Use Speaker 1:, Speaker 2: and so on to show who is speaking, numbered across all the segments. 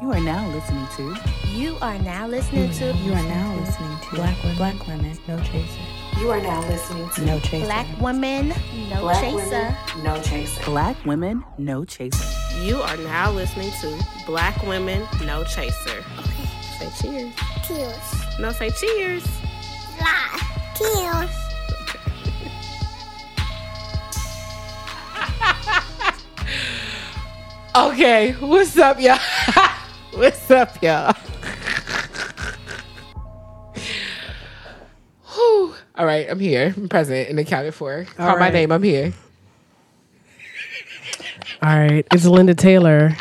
Speaker 1: You are now listening to
Speaker 2: You are now listening to
Speaker 3: You are now listening to Black Women, Black Women No Chaser.
Speaker 4: You are now listening to
Speaker 3: No Chaser.
Speaker 2: Black Woman No
Speaker 4: Black
Speaker 2: Chaser.
Speaker 4: Women, No Chaser.
Speaker 1: Black Women No Chaser.
Speaker 5: You are now listening to Black Women No Chaser. Okay. Say cheers.
Speaker 6: Tears.
Speaker 5: No, say cheers.
Speaker 6: La. Tears.
Speaker 5: Okay, what's up, y'all? what's up, y'all? Whew. All right, I'm here. I'm present and accounted for. Call my
Speaker 7: right.
Speaker 5: name. I'm here.
Speaker 7: All right, it's Linda Taylor.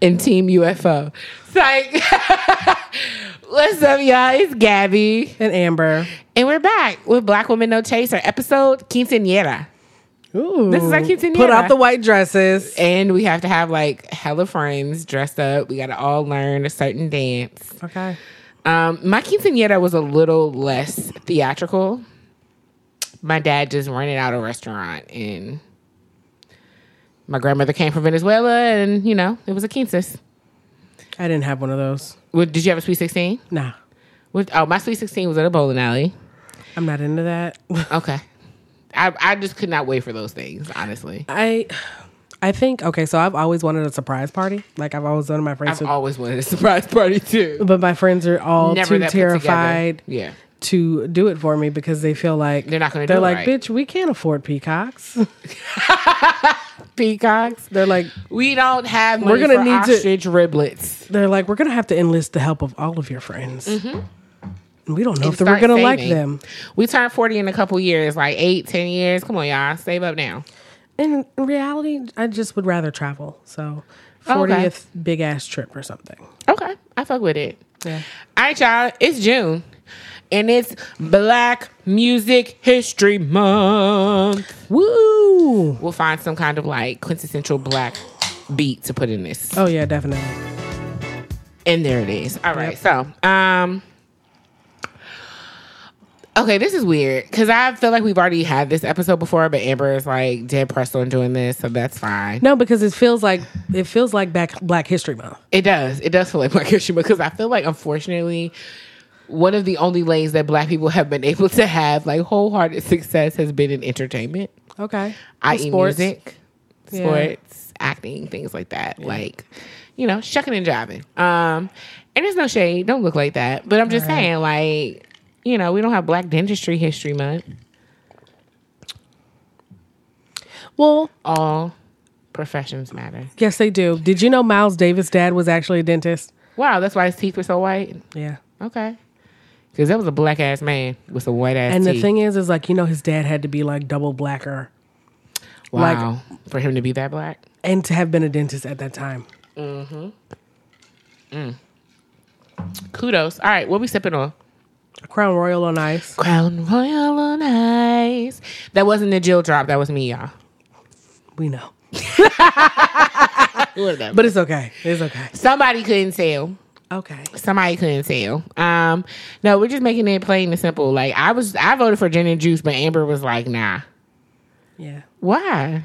Speaker 5: And Team UFO. It's like, what's up, y'all? It's Gabby.
Speaker 7: and Amber.
Speaker 5: And we're back with Black Women No Chaser episode Quinceanera.
Speaker 7: Ooh,
Speaker 5: This is our quinceanera.
Speaker 7: Put out the white dresses.
Speaker 5: And we have to have like hella friends dressed up. We got to all learn a certain dance.
Speaker 7: Okay.
Speaker 5: Um, my quinceanera was a little less theatrical. My dad just rented out a restaurant, and my grandmother came from Venezuela, and you know it was a quinces.
Speaker 7: I didn't have one of those.
Speaker 5: What, did you have a sweet sixteen?
Speaker 7: Nah,
Speaker 5: What- Oh, my sweet sixteen was at a bowling alley.
Speaker 7: I'm not into that.
Speaker 5: Okay, I I just could not wait for those things. Honestly,
Speaker 7: I, I think okay. So I've always wanted a surprise party. Like I've always wanted my friends,
Speaker 5: I've
Speaker 7: to,
Speaker 5: always wanted a surprise party too.
Speaker 7: but my friends are all
Speaker 5: Never
Speaker 7: too
Speaker 5: that put together.
Speaker 7: terrified
Speaker 5: Yeah.
Speaker 7: to do it for me because they feel like
Speaker 5: They're not gonna
Speaker 7: They're
Speaker 5: do it
Speaker 7: like,
Speaker 5: right.
Speaker 7: bitch, we can't afford peacocks.
Speaker 5: Peacocks.
Speaker 7: they're like,
Speaker 5: We don't have money
Speaker 7: We're gonna
Speaker 5: for
Speaker 7: need to-
Speaker 5: ostrich riblets.
Speaker 7: they're like, we're gonna have to enlist the help of all of your friends. And we don't know if
Speaker 5: Mm-hmm.
Speaker 7: we're
Speaker 5: start
Speaker 7: gonna like
Speaker 5: saving.
Speaker 7: them.
Speaker 5: We turn 40 in a couple years, like eight, 10 years. Come on, y'all. Save up now.
Speaker 7: in reality, I just would rather travel. So,
Speaker 5: Oh, okay.
Speaker 7: 40th big ass trip or something.
Speaker 5: Okay. I fuck with it.
Speaker 7: Yeah.
Speaker 5: All right, y'all. It's June. And it's Black Music History Month.
Speaker 7: Woo!
Speaker 5: We'll find some kind of like quintessential black beat to put in this.
Speaker 7: Oh yeah, definitely.
Speaker 5: And there it is. All right. So, um, okay, this is weird because I feel like we've already had this episode before, but Amber is like dead pressed on doing this, so that's fine.
Speaker 7: No, because it feels like it feels like back Black History Month.
Speaker 5: It does. It does feel like Black History Month because I feel like, unfortunately, one of the only lanes that Black people have been able to have like wholehearted success has been in entertainment,
Speaker 7: Okay.
Speaker 5: i.e.,
Speaker 7: Sports.
Speaker 5: E music,
Speaker 7: Yeah.
Speaker 5: sports, acting, things like that. Like, you know, shucking and jiving. Um, and there's no shade. Don't look like that. But I'm just saying, like, you know, we don't have Black Dentistry History Month.
Speaker 7: Well,
Speaker 5: All professions matter.
Speaker 7: yes, they do. Did you know Miles Davis' dad was actually a dentist?
Speaker 5: Wow, that's why his teeth were so white.
Speaker 7: Yeah.
Speaker 5: Okay. Because that was a black ass man with some white ass
Speaker 7: And the
Speaker 5: teeth.
Speaker 7: thing is, is like you know his dad had to be like double blacker like-
Speaker 5: Wow. for him to be that black.
Speaker 7: and to have been a dentist at that time.
Speaker 5: Kudos. All right, what we sipping on?
Speaker 7: A Crown Royal on ice.
Speaker 5: Crown Royal on Ice. That wasn't the Jill drop. That was me, y'all.
Speaker 7: We know,
Speaker 5: Whatever.
Speaker 7: but it's okay. It's okay.
Speaker 5: Somebody couldn't tell.
Speaker 7: Okay.
Speaker 5: Somebody couldn't tell. Um, no, we're just making it plain and simple. Like I was, I voted for gin and juice, but Amber was like, "Nah,
Speaker 7: Yeah.
Speaker 5: why?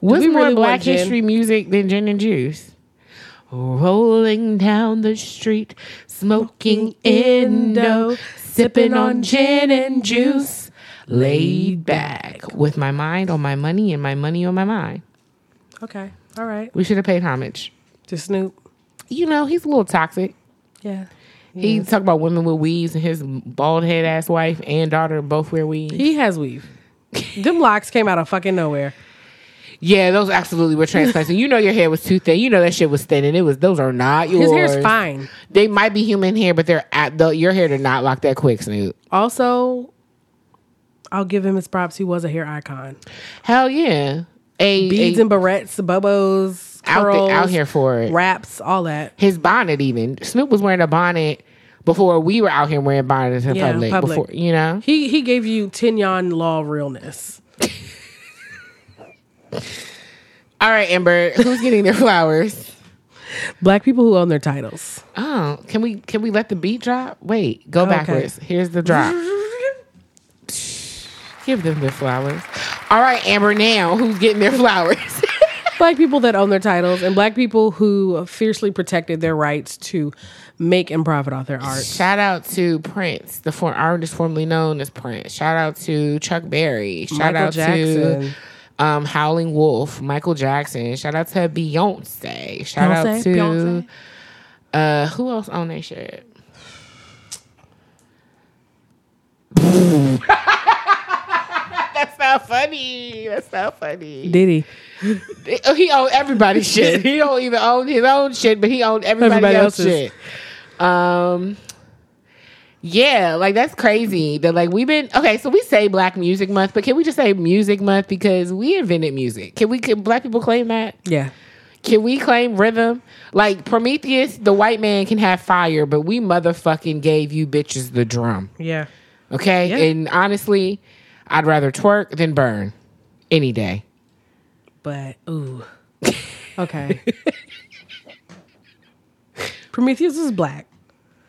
Speaker 5: What's
Speaker 7: we
Speaker 5: more
Speaker 7: really want
Speaker 5: Black
Speaker 7: gin?
Speaker 5: History music than gin and juice?" Rolling down the street, smoking indo, sipping on gin and juice, laid back with my mind on my money and my money on my mind.
Speaker 7: Okay. All right.
Speaker 5: We should have paid homage.
Speaker 7: To Snoop.
Speaker 5: You know, he's a little toxic.
Speaker 7: Yeah.
Speaker 5: He talk about women with weaves and his bald head ass wife and daughter both wear weaves.
Speaker 7: He has weave. Them locks came out of fucking nowhere.
Speaker 5: Yeah, those absolutely were transplants. and you know your hair was too thin. You know that shit was thin, and it was those are not yours.
Speaker 7: His hair's fine.
Speaker 5: They might be human hair, but they're at the, your hair did not lock that quick, Snoop.
Speaker 7: Also, I'll give him his props. He was a hair icon.
Speaker 5: Hell yeah. A,
Speaker 7: Beads
Speaker 5: a-
Speaker 7: and barrettes, bubbles,
Speaker 5: out, the-
Speaker 7: curls,
Speaker 5: out here for it.
Speaker 7: wraps, all that.
Speaker 5: His bonnet even. Snoop was wearing a bonnet before we were out here wearing bonnets in
Speaker 7: Yeah,
Speaker 5: public,
Speaker 7: public.
Speaker 5: Before you know.
Speaker 7: He he gave you Tinyon law realness.
Speaker 5: All right, Amber, who's getting their flowers?
Speaker 7: Black people who own their titles.
Speaker 5: Oh, can we can we let the beat drop? Wait, go
Speaker 7: Okay.
Speaker 5: backwards. Here's the drop. Give them their flowers. All right, Amber, now who's getting their flowers?
Speaker 7: black people that own their titles and black people who fiercely protected their rights to make and profit off their art.
Speaker 5: Shout out to Prince, the for artist formerly known as Prince. Shout out to Chuck Berry. Shout
Speaker 7: Michael
Speaker 5: out
Speaker 7: Jackson.
Speaker 5: to um, Howling Wolf, Michael Jackson. Shout out to Beyonce. Shout out
Speaker 7: Beyonce?
Speaker 5: to
Speaker 7: Beyonce?
Speaker 5: uh who else owned that shit? That's not funny. That's not funny.
Speaker 7: Diddy.
Speaker 5: Oh, he owned everybody's shit. He don't even own his own shit, but he owned everybody,
Speaker 7: Everybody
Speaker 5: else's
Speaker 7: else's.
Speaker 5: shit. Um, yeah, like that's crazy. That like we've been okay. So we say Black Music Month, but can we just say Music Month because we invented music? Can we? Can black people claim that?
Speaker 7: Yeah.
Speaker 5: Can we claim rhythm? Like Prometheus, the white man can have fire, but we motherfucking gave you bitches the drum.
Speaker 7: Yeah.
Speaker 5: Okay,
Speaker 7: Yeah.
Speaker 5: and honestly, I'd rather twerk than burn any day.
Speaker 7: But ooh. Okay. Prometheus is black.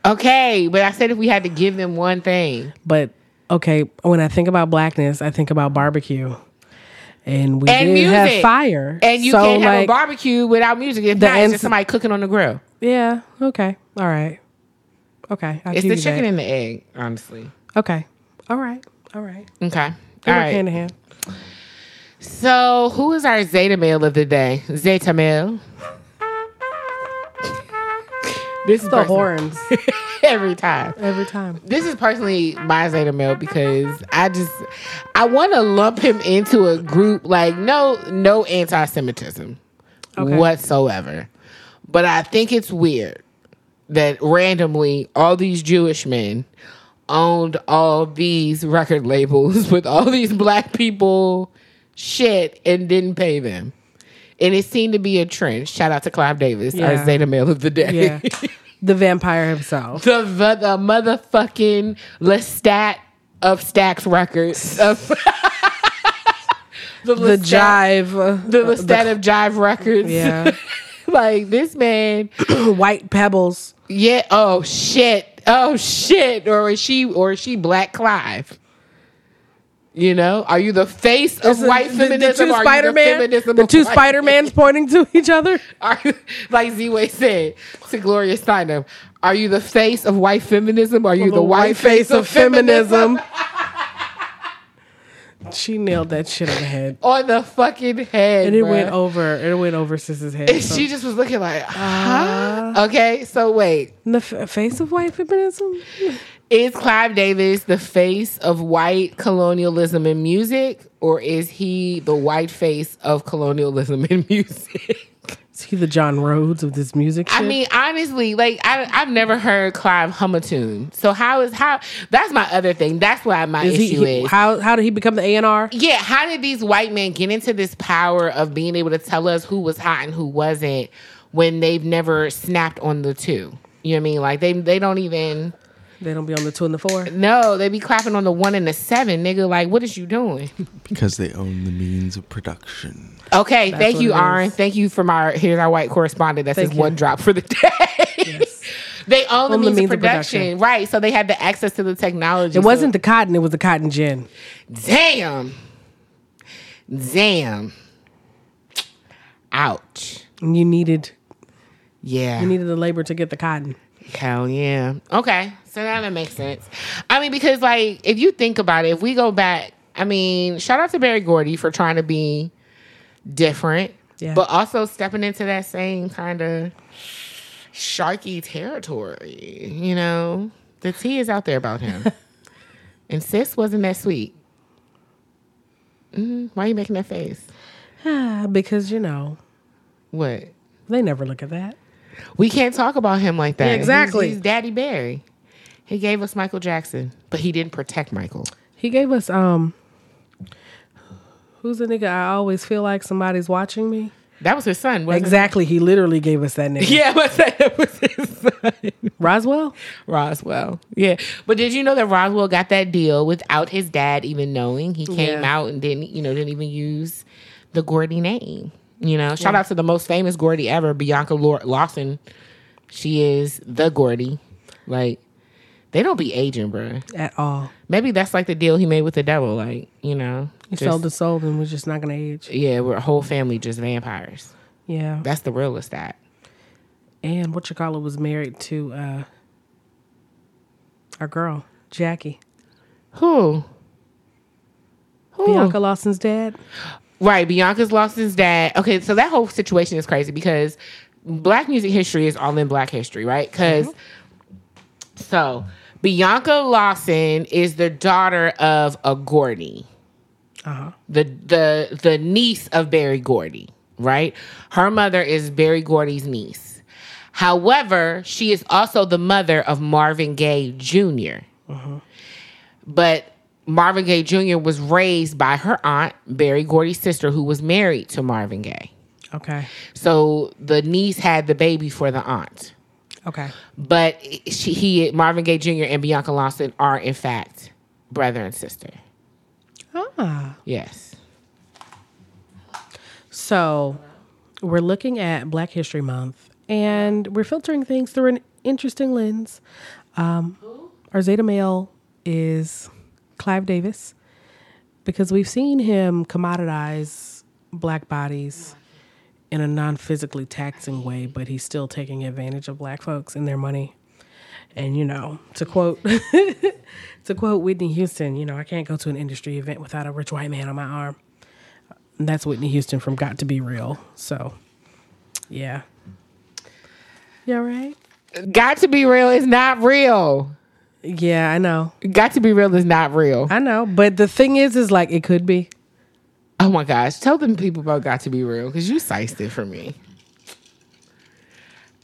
Speaker 5: Okay, but I said if we had to give them one thing.
Speaker 7: But okay, when I think about blackness, I think about barbecue. And we
Speaker 5: And
Speaker 7: did have
Speaker 5: music.
Speaker 7: fire.
Speaker 5: And you
Speaker 7: So,
Speaker 5: can't have a
Speaker 7: like,
Speaker 5: barbecue without music. If
Speaker 7: The
Speaker 5: not, it's
Speaker 7: ends-
Speaker 5: just somebody cooking on the grill.
Speaker 7: Yeah, okay. All right. Okay. I'll
Speaker 5: It's
Speaker 7: give
Speaker 5: the
Speaker 7: you
Speaker 5: chicken
Speaker 7: that.
Speaker 5: and the egg, honestly.
Speaker 7: Okay. All right. All right.
Speaker 5: Okay.
Speaker 7: They
Speaker 5: All
Speaker 7: work
Speaker 5: right.
Speaker 7: hand in hand.
Speaker 5: So, who is our Zeta male of the day? Zeta male. this is
Speaker 7: The
Speaker 5: personal.
Speaker 7: horns
Speaker 5: every time.
Speaker 7: every time.
Speaker 5: This is personally my Zeta male because I just I want to lump him into a group like no no anti-Semitism whatsoever, but I think it's weird that randomly all these Jewish men owned all these record labels with all these black people shit and didn't pay them. And it seemed to be a trend. Shout out to Clive Davis,
Speaker 7: Yeah.
Speaker 5: our Zeta male of the day.
Speaker 7: Yeah. the vampire himself.
Speaker 5: the, the, the motherfucking Lestat of Stax Records. Of the,
Speaker 7: The
Speaker 5: Lestat-
Speaker 7: jive. uh,
Speaker 5: The Lestat of Jive Records.
Speaker 7: Yeah.
Speaker 5: like this man.
Speaker 7: White pebbles.
Speaker 5: Yeah. Oh shit. Oh shit. Or is she? Or is she Black Clive? You know, are you the face of white
Speaker 7: the,
Speaker 5: feminism?
Speaker 7: The two
Speaker 5: Are you
Speaker 7: Spider-Man-
Speaker 5: feminism
Speaker 7: the
Speaker 5: of
Speaker 7: two
Speaker 5: white-
Speaker 7: Spider-Mans pointing to each other.
Speaker 5: Are you, like Z Way said to Gloria Steinem, are you the face of white feminism? Are you the, white, face, of feminism?
Speaker 7: she nailed that shit on the head.
Speaker 5: on the fucking head.
Speaker 7: And it
Speaker 5: bruh.
Speaker 7: went over. Uh, It went over Sis's head.
Speaker 5: And
Speaker 7: So-
Speaker 5: she just was looking like, huh? okay, so wait.
Speaker 7: In the f- face of white feminism?
Speaker 5: Is Clive Davis the face of white colonialism in music, or is he the white face of colonialism in music?
Speaker 7: Is he the John Rhodes of this music shit?
Speaker 5: I mean, honestly, like I, I've never heard Clive hum a tune. So how is how? That's my other thing. That's why my
Speaker 7: is
Speaker 5: issue
Speaker 7: he,
Speaker 5: is.
Speaker 7: how how did he become the A&R?
Speaker 5: yeah, how did these white men get into this power of being able to tell us who was hot and who wasn't when they've never snapped on the two? You know what I mean? Like they they don't even
Speaker 7: They don't be on the two and the four.
Speaker 5: no, they be clapping on the one and the seven, nigga. Like, what is you doing?
Speaker 8: Because they own the means of production.
Speaker 5: Okay, thank
Speaker 7: what
Speaker 5: you,
Speaker 7: it is.
Speaker 5: Aaron. Thank you from our here's our white correspondent. That's
Speaker 7: Thank
Speaker 5: his
Speaker 7: you.
Speaker 5: one drop for the day. They own the
Speaker 7: Own
Speaker 5: means, of, production. right? So they had the access to the technology.
Speaker 7: It wasn't the cotton, it was the cotton gin.
Speaker 5: damn, damn, ouch.
Speaker 7: And you needed
Speaker 5: Yeah,
Speaker 7: you needed the labor to get the cotton.
Speaker 5: Hell yeah. Okay. So now that makes sense. I mean, because like if you think about it, if we go back, I mean, shout out to Barry Gordy for trying to be different.
Speaker 7: Yeah.
Speaker 5: But also stepping into that same kind of sharky territory, you know? The tea is out there about him. and sis wasn't that sweet. Mhm. Why are you making that face?
Speaker 7: Ah, because you know,
Speaker 5: What?
Speaker 7: they never look at that.
Speaker 5: We can't talk about him like that.
Speaker 7: Yeah, exactly.
Speaker 5: He's, he's Daddy Barry. He gave us Michael Jackson, but he didn't protect Michael.
Speaker 7: He gave us um Who's the nigga I always feel like somebody's watching me?
Speaker 5: That was his son, wasn't
Speaker 7: Exactly. He literally gave us that nigga.
Speaker 5: it? Yeah, but that was his son.
Speaker 7: Roswell?
Speaker 5: Roswell. Yeah. But did you know that Roswell got that deal without his dad even knowing? He came
Speaker 7: Yeah.
Speaker 5: out and didn't, you know, didn't even use the Gordy name. You know, shout out to the most famous Gordy ever, Bianca Law- Lawson. She is the Gordy. Like, They don't be aging, bruh.
Speaker 7: at all.
Speaker 5: Maybe that's like the deal he made with the devil. Like, you know,
Speaker 7: He
Speaker 5: just-
Speaker 7: sold his soul and was just not going to age.
Speaker 5: yeah, we're a whole family just vampires.
Speaker 7: Yeah.
Speaker 5: That's the realest that.
Speaker 7: and what you call it was married to uh, our girl, Jackie.
Speaker 5: Who? Who?
Speaker 7: Bianca Lawson's dad.
Speaker 5: Right, Bianca's lost his dad. Okay, so that whole situation is crazy because black music history is all in black history, right? Because so Bianca Lawson is the daughter of a Gordy, the the the niece of Barry Gordy, right? Her mother is Barry Gordy's niece. However, she is also the mother of Marvin Gaye Jr but Marvin Gaye Jr. was raised by her aunt, Barry Gordy's sister, who was married to Marvin Gaye.
Speaker 7: Okay.
Speaker 5: So the niece had the baby for the aunt.
Speaker 7: Okay.
Speaker 5: But she, he, Marvin Gaye Jr. and Bianca Lawson are, in fact, brother and sister.
Speaker 7: Ah.
Speaker 5: Yes.
Speaker 7: So we're looking at Black History Month and we're filtering things through an interesting lens. Um, our Zeta male is Clive Davis because we've seen him commoditize black bodies in a non physically taxing way, but he's still taking advantage of black folks and their money. And you know, to quote to quote Whitney Houston, you know, I can't go to an industry event without a rich white man on my arm. And that's Whitney Houston from Got to Be Real. So, yeah. Yeah, right?
Speaker 5: Got to be real is not real.
Speaker 7: Yeah, I know.
Speaker 5: Got to be real is not real.
Speaker 7: I know. But the thing is, is like, it could be.
Speaker 5: Oh my gosh. Tell them people about Got to Be Real because you sized it for me.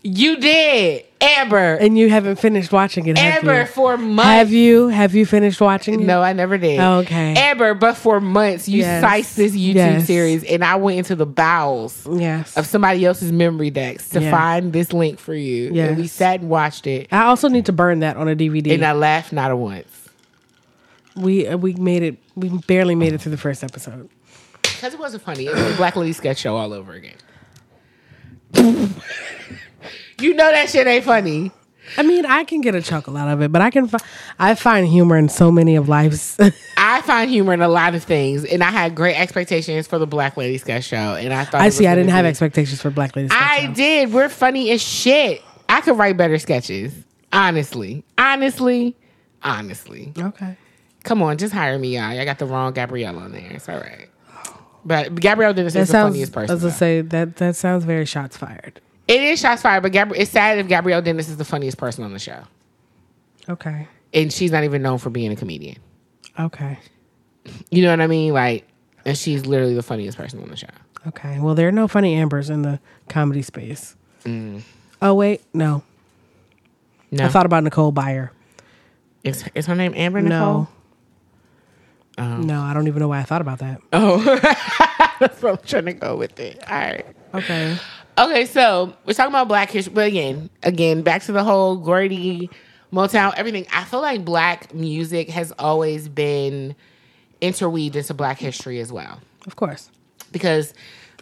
Speaker 5: You did. Amber.
Speaker 7: And you haven't finished watching it, have
Speaker 5: Amber
Speaker 7: you?
Speaker 5: for months.
Speaker 7: Have you? Have you finished watching it?
Speaker 5: No, I never did.
Speaker 7: Oh, Okay.
Speaker 5: Ever, but for months you
Speaker 7: Yes.
Speaker 5: sized this YouTube
Speaker 7: Yes.
Speaker 5: series and I went into the bowels
Speaker 7: Yes.
Speaker 5: of somebody else's memory decks to
Speaker 7: Yeah.
Speaker 5: find this link for you. Yeah,
Speaker 7: Yes.
Speaker 5: And we sat and watched it
Speaker 7: I also need to burn that on a DVD.
Speaker 5: and I laughed not a once.
Speaker 7: we uh, we made it. We barely made it through the first episode.
Speaker 5: Because it wasn't funny. It was a Black Lady sketch show all over again. you know that shit ain't funny.
Speaker 7: I mean, I can get a chuckle out of it, but I can. Fi- I find humor in so many of life's.
Speaker 5: I find humor in a lot of things, and I had great expectations for the Black Lady sketch show, and I thought
Speaker 7: I
Speaker 5: it
Speaker 7: see.
Speaker 5: was
Speaker 7: I didn't
Speaker 5: gonna
Speaker 7: have
Speaker 5: be-
Speaker 7: expectations for Black Ladies.
Speaker 5: I did. We're funny as shit. I could write better sketches. Honestly. Honestly. Honestly.
Speaker 7: Okay.
Speaker 5: Come on, just hire me, y'all. I got the wrong Gabrielle on there. It's all right. But Gabrielle didn't say
Speaker 7: That
Speaker 5: the
Speaker 7: sounds.
Speaker 5: funniest
Speaker 7: I
Speaker 5: person.
Speaker 7: was gonna
Speaker 5: though.
Speaker 7: say that that sounds very shots fired.
Speaker 5: it is shots fired, but Gabri- it's sad if Gabrielle Dennis is the funniest person on the show.
Speaker 7: Okay.
Speaker 5: And she's not even known for being a comedian.
Speaker 7: Okay.
Speaker 5: You know what I mean? Like, and she's literally the funniest person on the show.
Speaker 7: Okay. Well, there are no funny ambers in the comedy space.
Speaker 5: Mm.
Speaker 7: Oh wait, no.
Speaker 5: No.
Speaker 7: I thought about Nicole Byer.
Speaker 5: is, is her name Amber Nicole?
Speaker 7: No.
Speaker 5: Um.
Speaker 7: No, I don't even know why I thought about that.
Speaker 5: Oh. That's what I'm trying to go with it. All right.
Speaker 7: Okay.
Speaker 5: Okay, so we're talking about black history, but again, again, back to the whole Gordy, Motown, everything. I feel like black music has always been interweaved into black history as well,
Speaker 7: Of course.
Speaker 5: because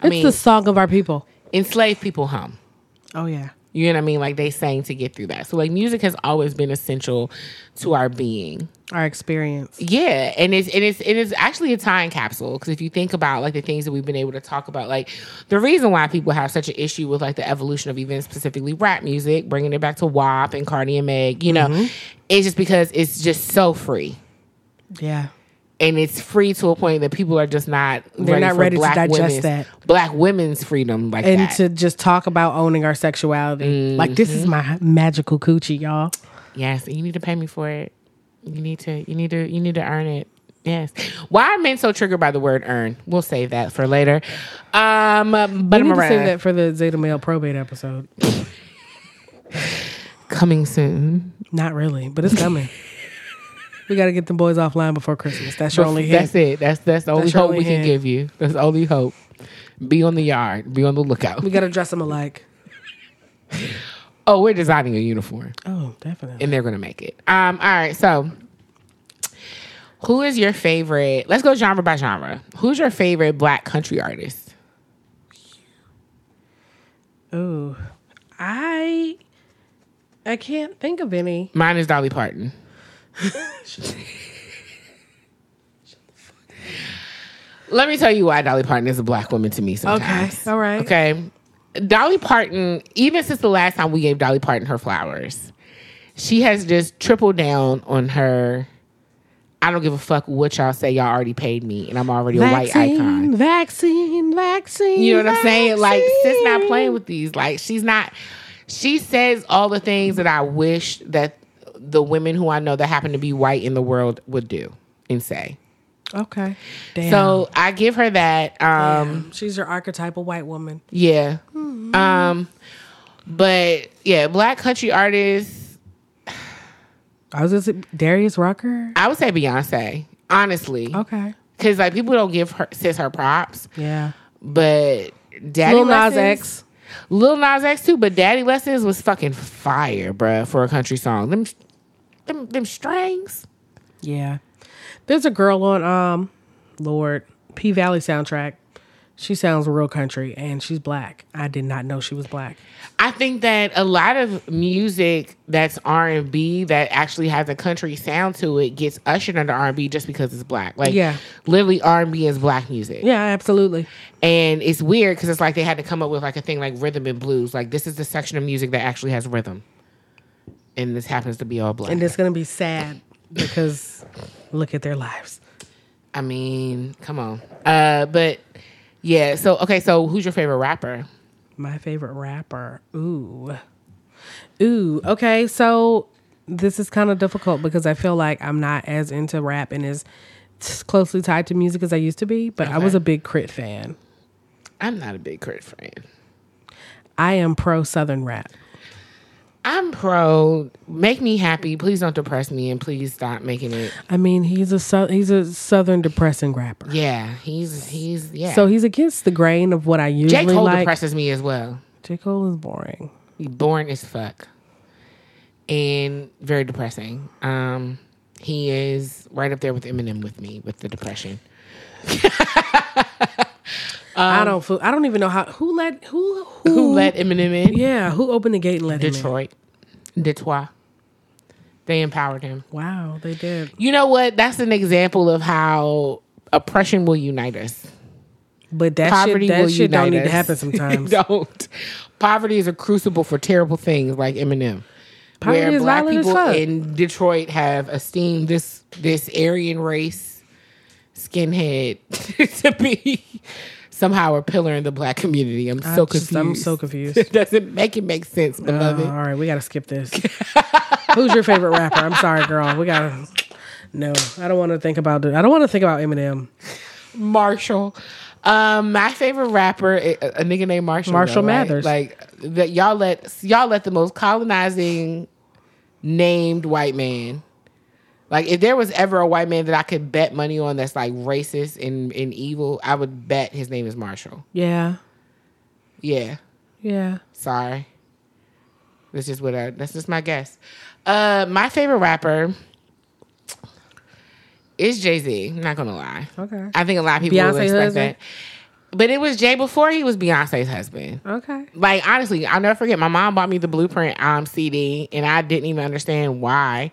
Speaker 5: I
Speaker 7: it's
Speaker 5: mean,
Speaker 7: the song of our people.
Speaker 5: enslaved people hum.
Speaker 7: Oh yeah.
Speaker 5: You know what I mean? Like they sang to get through that. So like music has always been essential to our being.
Speaker 7: Our experience.
Speaker 5: Yeah, and it's and it's it is actually a time capsule because if you think about like the things that we've been able to talk about, like the reason why people have such an issue with like the evolution of even specifically rap music, bringing it back to WAP and Cardi and Meg, you know,
Speaker 7: Mm-hmm.
Speaker 5: it's just because it's just so free
Speaker 7: Yeah.
Speaker 5: and it's free to a point that people are just not
Speaker 7: They're not
Speaker 5: for
Speaker 7: ready to
Speaker 5: black
Speaker 7: digest
Speaker 5: women's,
Speaker 7: that.
Speaker 5: black women's freedom like
Speaker 7: And
Speaker 5: that. Mm-hmm.
Speaker 7: to just talk about owning our sexuality. Like this is my magical coochie, y'all.
Speaker 5: Yes, and you need to pay me for it. You need to you need to you need to earn it. Yes. Why are men so triggered by the word earn? We'll save that for later. Um but
Speaker 7: We need to save
Speaker 5: Mariah,
Speaker 7: that for the Zeta Male probate episode.
Speaker 5: coming soon.
Speaker 7: Not really, but it's coming. we got to get them boys offline before Christmas. That's your only hit.
Speaker 5: That's it. That's that's the only
Speaker 7: That's your
Speaker 5: hope
Speaker 7: only
Speaker 5: we can
Speaker 7: hint.
Speaker 5: give you. That's the only hope. Be on the yard. Be on the lookout.
Speaker 7: We got to dress them alike.
Speaker 5: Oh, we're designing a uniform.
Speaker 7: Oh, definitely.
Speaker 5: And they're gonna make it. Um, all right, so who is your favorite? Let's go genre by genre. Who's your favorite black country artist?
Speaker 7: Ooh, I I can't think of any.
Speaker 5: Mine is Dolly Parton. Let me tell you why Dolly Parton is a black woman to me sometimes.
Speaker 7: all right.
Speaker 5: Okay. Dolly Parton, even since the last time we gave Dolly Parton her flowers, she has just tripled down on her. I don't give a fuck what y'all say. Y'all already paid me, and I'm already a white icon.
Speaker 7: Vaccine, vaccine, vaccine.
Speaker 5: You know what I'm saying? Like, sis not
Speaker 7: vaccine.
Speaker 5: playing with these. Like, she's not. She says all the things that I wish that the women who I know that happen to be white in the world would do and say.
Speaker 7: Okay. Damn.
Speaker 5: So I give her that. Um,
Speaker 7: Damn. she's your archetypal white woman.
Speaker 5: yeah. Um, but yeah, black country artists.
Speaker 7: I was just Darius Rucker.
Speaker 5: I would say Beyonce, honestly,
Speaker 7: Okay.
Speaker 5: because like people don't give her sis her props,
Speaker 7: Yeah.
Speaker 5: but Daddy
Speaker 7: Lil Nas
Speaker 5: Lessons-
Speaker 7: X.
Speaker 5: Lil Nas X too, but Daddy Lessons was fucking fire, bruh, for a country song. Them, them, them strings.
Speaker 7: Yeah. There's a girl on um Lord P Valley soundtrack. She sounds real country and she's black. I did not know she was black.
Speaker 5: I think that a lot of music that's R and B that actually has a country sound to it gets ushered under R and B just because it's black. Like,
Speaker 7: Yeah.
Speaker 5: literally R and B is black music,
Speaker 7: Yeah, absolutely.
Speaker 5: and it's weird because it's like they had to come up with like a thing like rhythm and blues. Like, this is the section of music that actually has rhythm, and this happens to be all black.
Speaker 7: And it's gonna be sad because look at their lives.
Speaker 5: I mean, come on. Uh, but yeah, so okay, so who's your favorite rapper?
Speaker 7: My favorite rapper. Ooh. Ooh. Okay, so this is kind of difficult because I feel like I'm not as into rap and as closely tied to music as I used to be, but I was a big crit fan.
Speaker 5: I'm not a big Crit fan.
Speaker 7: I am pro Southern rap.
Speaker 5: I'm pro. Make me happy. Please don't depress me, and please stop making it.
Speaker 7: I mean, he's a sou- he's a Southern depressing rapper,
Speaker 5: Yeah, he's he's yeah.
Speaker 7: so he's against the grain of what I usually
Speaker 5: J Cole
Speaker 7: like.
Speaker 5: depresses me as well.
Speaker 7: J Cole is boring.
Speaker 5: He's boring as fuck, and very depressing. Um, he is right up there with Eminem with me with the depression.
Speaker 7: I don't feel, I don't even know how who let who who,
Speaker 5: Um, Who let Eminem in?
Speaker 7: yeah who opened the gate and let him
Speaker 5: Detroit, Detroit. They empowered him.
Speaker 7: in. Wow, they did
Speaker 5: You know what? That's an example of how oppression will unite us.
Speaker 7: But that
Speaker 5: Poverty
Speaker 7: shit,
Speaker 5: will
Speaker 7: that shit
Speaker 5: unite
Speaker 7: don't need to
Speaker 5: us.
Speaker 7: happen
Speaker 5: It
Speaker 7: sometimes.
Speaker 5: don't. Poverty is a crucible for terrible things like Eminem.
Speaker 7: Poverty
Speaker 5: where
Speaker 7: is
Speaker 5: black
Speaker 7: violent as
Speaker 5: people
Speaker 7: fuck.
Speaker 5: in Detroit have esteemed this this Aryan race skinhead to be somehow a pillar in the black community. I'm
Speaker 7: I
Speaker 5: so
Speaker 7: just-
Speaker 5: confused.
Speaker 7: I'm so confused.
Speaker 5: it doesn't make it make sense,
Speaker 7: Uh,
Speaker 5: beloved.
Speaker 7: all right, we gotta skip this. Who's your favorite rapper? I'm sorry, girl. We gotta. No, I don't want to think about. it. I don't want to think about Eminem.
Speaker 5: Marshall. Um, my favorite rapper, a, a nigga named Marshall.
Speaker 7: Marshall
Speaker 5: though, right?
Speaker 7: Mathers.
Speaker 5: Like that, y'all let y'all let the most colonizing named white man. Like if there was ever a white man that I could bet money on that's like racist and, and evil, I would bet his name is Marshall.
Speaker 7: Yeah,
Speaker 5: Yeah,
Speaker 7: yeah.
Speaker 5: sorry. That's just what I. That's just my guess. Uh, my favorite rapper is Jay Z. I'm not gonna lie.
Speaker 7: Okay.
Speaker 5: I think a lot of people will
Speaker 7: Beyonce's
Speaker 5: expect
Speaker 7: husband?
Speaker 5: that. But it was Jay before he was Beyonce's husband.
Speaker 7: Okay.
Speaker 5: Like honestly, I'll never forget. My mom bought me the Blueprint um, CD, and I didn't even understand why.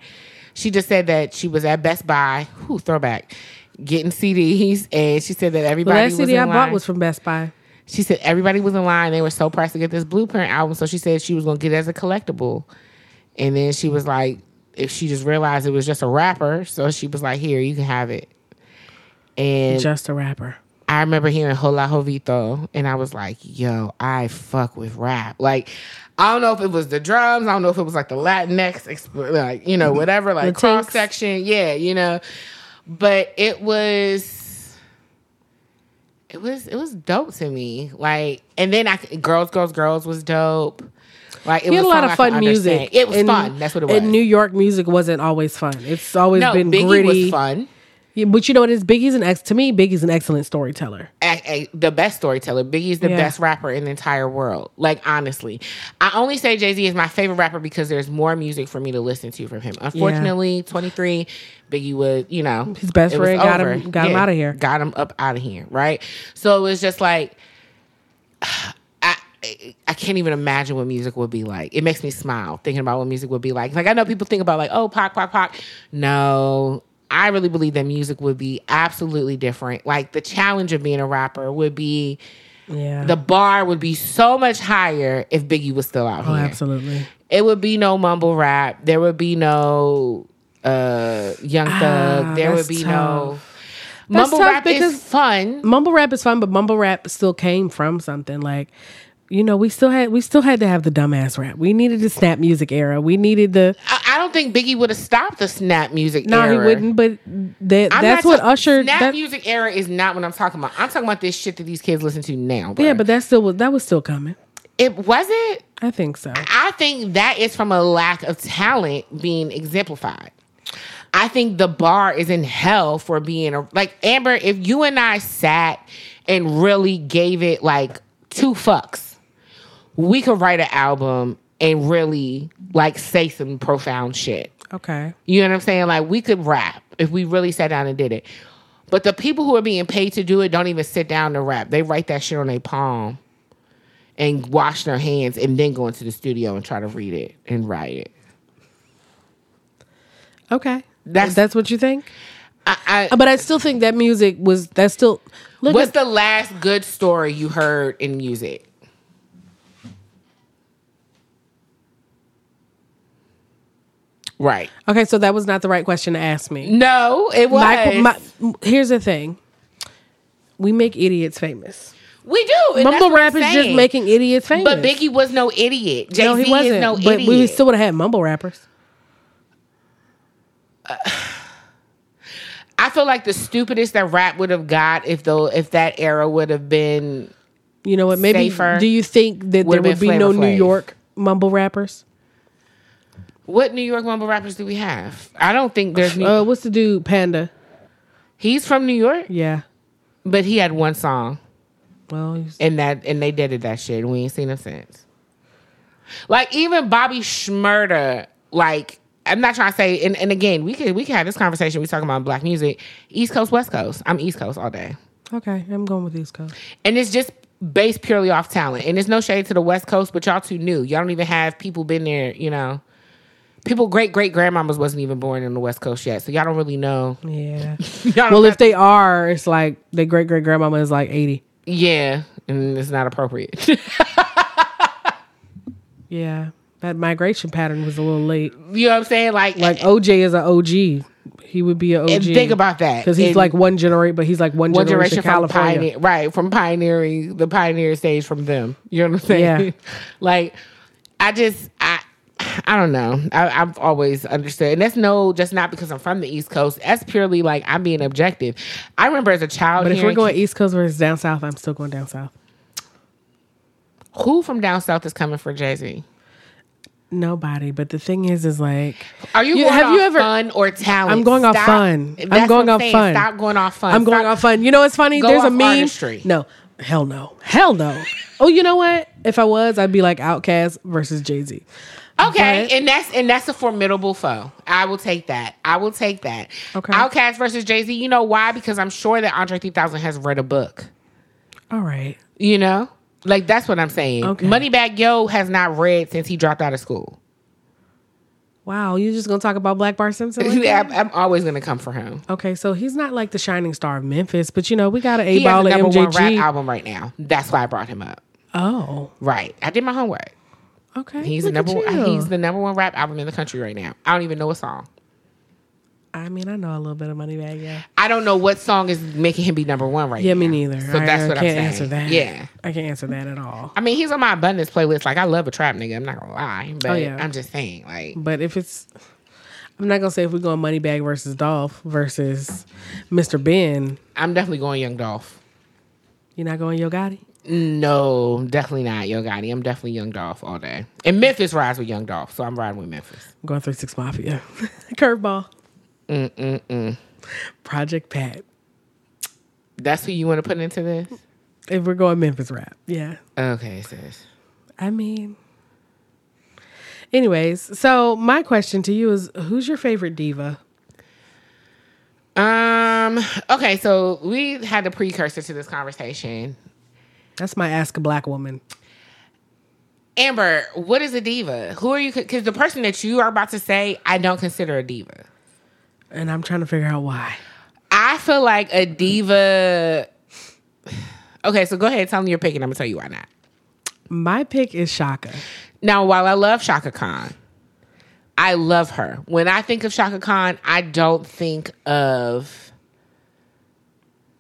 Speaker 5: She just said that she was at Best Buy, who throwback, getting CDs, and she said that
Speaker 7: The
Speaker 5: everybody
Speaker 7: last
Speaker 5: was
Speaker 7: CD
Speaker 5: in
Speaker 7: I
Speaker 5: line.
Speaker 7: bought was from Best Buy.
Speaker 5: she said everybody was in line. They were so pressed to get this Blueprint album, so she said she was gonna get it as a collectible. And then she was like, if she just realized it was just a rapper, so she was like, here, you can have it. And
Speaker 7: Just a rapper.
Speaker 5: I remember hearing Hola Jovito, and I was like, yo, I fuck with rap. Like, I don't know if it was the drums, I don't know if it was like the Latinx, exp- like, you know, whatever, like
Speaker 7: The
Speaker 5: cross
Speaker 7: tinks.
Speaker 5: section. Yeah, you know. But it was. It was it was dope to me, like, and then I c- girls, girls, girls was dope. Like, it
Speaker 7: He
Speaker 5: was
Speaker 7: had a lot
Speaker 5: song
Speaker 7: of
Speaker 5: I could
Speaker 7: fun music.
Speaker 5: understand. It was
Speaker 7: And-
Speaker 5: fun. That's what it was.
Speaker 7: And New York music wasn't always fun. It's always
Speaker 5: no,
Speaker 7: been
Speaker 5: Biggie
Speaker 7: gritty.
Speaker 5: was fun.
Speaker 7: Yeah, but you know what? It's Biggie's an ex. To me, Biggie's an excellent storyteller.
Speaker 5: a, a- the best storyteller. Biggie's the
Speaker 7: Yeah.
Speaker 5: best rapper in the entire world. Like honestly, I only say Jay Z is my favorite rapper because there's more music for me to listen to from him. Unfortunately, 23, Biggie was you know
Speaker 7: His best
Speaker 5: it was
Speaker 7: friend got him-
Speaker 5: over.
Speaker 7: got him outta here.
Speaker 5: got him up out of here, right? So it was just like. I, I can't even imagine what music would be like. It makes me smile thinking about what music would be like. Like I know people think about like, oh, pop, pop, pop. No, I really believe that music would be absolutely different. Like the challenge of being a rapper would be
Speaker 7: Yeah.
Speaker 5: the bar would be so much higher if Biggie was still out
Speaker 7: oh,
Speaker 5: here.
Speaker 7: absolutely.
Speaker 5: It would be no mumble rap. There would be no uh Young Thug.
Speaker 7: Ah,
Speaker 5: there would
Speaker 7: that's
Speaker 5: be no
Speaker 7: That's
Speaker 5: mumble
Speaker 7: tough
Speaker 5: rap
Speaker 7: because-
Speaker 5: is fun.
Speaker 7: Mumble rap is fun, but mumble rap still came from something like you know, we still had we still had to have the dumbass rap. We needed the snap music era. We needed the
Speaker 5: I, I don't think Biggie would have stopped the snap music.
Speaker 7: No, he
Speaker 5: era.
Speaker 7: wouldn't, but that
Speaker 5: I'm
Speaker 7: that's
Speaker 5: not
Speaker 7: what
Speaker 5: talk-
Speaker 7: ushered
Speaker 5: Snap
Speaker 7: that,
Speaker 5: music era is not what I'm talking about. I'm talking about this shit that these kids listen to now.
Speaker 7: Yeah,
Speaker 5: bruh.
Speaker 7: but that still was that was still coming.
Speaker 5: it wasn't.
Speaker 7: I think so.
Speaker 5: I think that is from a lack of talent being exemplified. I think the bar is in hell for being a, like Amber. If you and I sat and really gave it like two fucks, we could write an album and really like say some profound shit.
Speaker 7: Okay.
Speaker 5: You know what I'm saying? Like we could rap if we really sat down and did it. But the people who are being paid to do it don't even sit down to rap. They write that shit on their palm and wash their hands and then go into the studio and try to read it and write it.
Speaker 7: Okay.
Speaker 5: That's-
Speaker 7: That's that's what you think?
Speaker 5: I,
Speaker 7: Uh, But I still think that music was that's still
Speaker 5: I,
Speaker 7: look
Speaker 5: what's
Speaker 7: at
Speaker 5: the last good story you heard in music? Right.
Speaker 7: Okay, so that was not the right question to ask me.
Speaker 5: No, it was.
Speaker 7: My, my, here's the thing. We make idiots famous.
Speaker 5: we do. and that's
Speaker 7: mumble
Speaker 5: what
Speaker 7: rap
Speaker 5: I'm
Speaker 7: is just
Speaker 5: saying.
Speaker 7: making idiots famous.
Speaker 5: But Biggie was no idiot. Jay Z
Speaker 7: no, he wasn't.
Speaker 5: is no
Speaker 7: but
Speaker 5: idiot.
Speaker 7: we still would have had mumble rappers.
Speaker 5: I feel like the stupidest that rap would have got if though if that era would have been
Speaker 7: You know what? Maybe
Speaker 5: Safer.
Speaker 7: do you think that there
Speaker 5: Would've
Speaker 7: would
Speaker 5: been
Speaker 7: be no
Speaker 5: Flavor
Speaker 7: New
Speaker 5: Flav.
Speaker 7: York mumble rappers?
Speaker 5: what New York mumble rappers do we have? I don't think there's New-
Speaker 7: Uh, what's the dude Panda?
Speaker 5: he's from New York,
Speaker 7: Yeah.
Speaker 5: but he had one song
Speaker 7: Well, he's-
Speaker 5: and that and they did it that shit and we ain't seen him since. Like even Bobby Schmurda, like I'm not trying to say and, and again we could we can have this conversation. We talking about black music, East Coast, West Coast. I'm East Coast all day.
Speaker 7: okay. I'm going with East Coast.
Speaker 5: and it's just based purely off talent. And there's no shade to the West Coast, but y'all too new. Y'all don't even have people been there. You know, people great great grandmamas wasn't even born in the West Coast yet, so y'all don't really know.
Speaker 7: Yeah.
Speaker 5: Y'all don't
Speaker 7: well, if
Speaker 5: have-
Speaker 7: they are, it's like their great great grandmama is like eighty.
Speaker 5: yeah, and it's not appropriate.
Speaker 7: Yeah. That migration pattern was a little late.
Speaker 5: you know what I'm saying? Like,
Speaker 7: Like OJ is an OG. He would be an OG.
Speaker 5: and think about that
Speaker 7: because he's
Speaker 5: And
Speaker 7: like one generation, but he's like one,
Speaker 5: one
Speaker 7: generation,
Speaker 5: generation from
Speaker 7: California.
Speaker 5: pioneer, right? From pioneering the pioneer stage from them. You know what I'm saying?
Speaker 7: Yeah.
Speaker 5: like, I just I. I don't know. I, I've always understood, and that's no, just not because I'm from the East Coast. That's purely like I'm being objective. I remember as a child.
Speaker 7: But if we're
Speaker 5: hearing-
Speaker 7: going East Coast versus down south, I'm still going down south.
Speaker 5: who from down south is coming for Jay Z?
Speaker 7: Nobody. But the thing is, is like
Speaker 5: Are you,
Speaker 7: You-
Speaker 5: going
Speaker 7: have
Speaker 5: off
Speaker 7: you ever-
Speaker 5: fun or talent?
Speaker 7: I'm going off
Speaker 5: Stop-
Speaker 7: fun.
Speaker 5: That's
Speaker 7: I'm
Speaker 5: what
Speaker 7: going off
Speaker 5: saying.
Speaker 7: fun.
Speaker 5: Stop going off fun.
Speaker 7: I'm going
Speaker 5: Stop-
Speaker 7: off fun. You know, it's funny.
Speaker 5: Go
Speaker 7: There's a
Speaker 5: off
Speaker 7: meme.
Speaker 5: artistry.
Speaker 7: No, hell no, hell no. oh, you know what? If I was, I'd be like Outkast versus Jay Z.
Speaker 5: Okay,
Speaker 7: But-
Speaker 5: and that's and that's a formidable foe. I will take that. I will take that.
Speaker 7: Okay.
Speaker 5: Outcast versus Jay Z. You know why? Because I'm sure that Andre 3000 has read a book.
Speaker 7: All right.
Speaker 5: You know, like that's what I'm saying.
Speaker 7: Okay.
Speaker 5: Moneybag Yo has not read since he dropped out of school.
Speaker 7: Wow, you just gonna talk about Black Bar Simpson? like that?
Speaker 5: I'm, I'm always gonna come for him.
Speaker 7: okay, so he's not like the shining star of Memphis, but you know we got an
Speaker 5: He
Speaker 7: A
Speaker 5: has a
Speaker 7: ball of
Speaker 5: number one rap
Speaker 7: MJG.
Speaker 5: album right now. That's why I brought him up.
Speaker 7: Oh,
Speaker 5: Right. I did my homework.
Speaker 7: okay.
Speaker 5: He's the
Speaker 7: Look at
Speaker 5: number one,
Speaker 7: you.
Speaker 5: he's the number one rap album in the country right now. I don't even know a song.
Speaker 7: I mean, I know a little bit of money bag. Yeah.
Speaker 5: I don't know what song is making him be number one right
Speaker 7: Yeah,
Speaker 5: now.
Speaker 7: me neither.
Speaker 5: So
Speaker 7: I,
Speaker 5: that's
Speaker 7: I
Speaker 5: what I'm
Speaker 7: can't
Speaker 5: saying.
Speaker 7: answer that.
Speaker 5: Yeah.
Speaker 7: I can't answer that at all.
Speaker 5: I mean, he's on my abundance playlist. Like, I love a trap nigga. I'm not gonna lie, but
Speaker 7: Oh, yeah.
Speaker 5: I'm just saying, like,
Speaker 7: But if it's, I'm not gonna say if we go on Moneybag versus Dolph versus Mr. Ben,
Speaker 5: I'm definitely going Young Dolph.
Speaker 7: you're not going Yo Gotti.
Speaker 5: No, definitely not Yo Gotti. I'm definitely Young Dolph all day. And Memphis rides with Young Dolph, so I'm riding with Memphis.
Speaker 7: I'm going Three Six Mafia, Curveball, Project Pat.
Speaker 5: That's who you want to put into this?
Speaker 7: If we're going Memphis rap, yeah.
Speaker 5: Okay, sis.
Speaker 7: I mean, anyways. So my question to you is, who's your favorite diva?
Speaker 5: Um. Okay, so we had the precursor to this conversation.
Speaker 7: That's my ask a black woman.
Speaker 5: Amber, what is a diva? Who are you? Because the person that you are about to say, I don't consider a diva.
Speaker 7: And I'm trying to figure out why.
Speaker 5: I feel like a diva. Okay, so go ahead, tell me your pick, and I'm gonna tell you why not.
Speaker 7: My pick is Shaka.
Speaker 5: Now, while I love Shaka Khan, I love her. When I think of Shaka Khan, I don't think of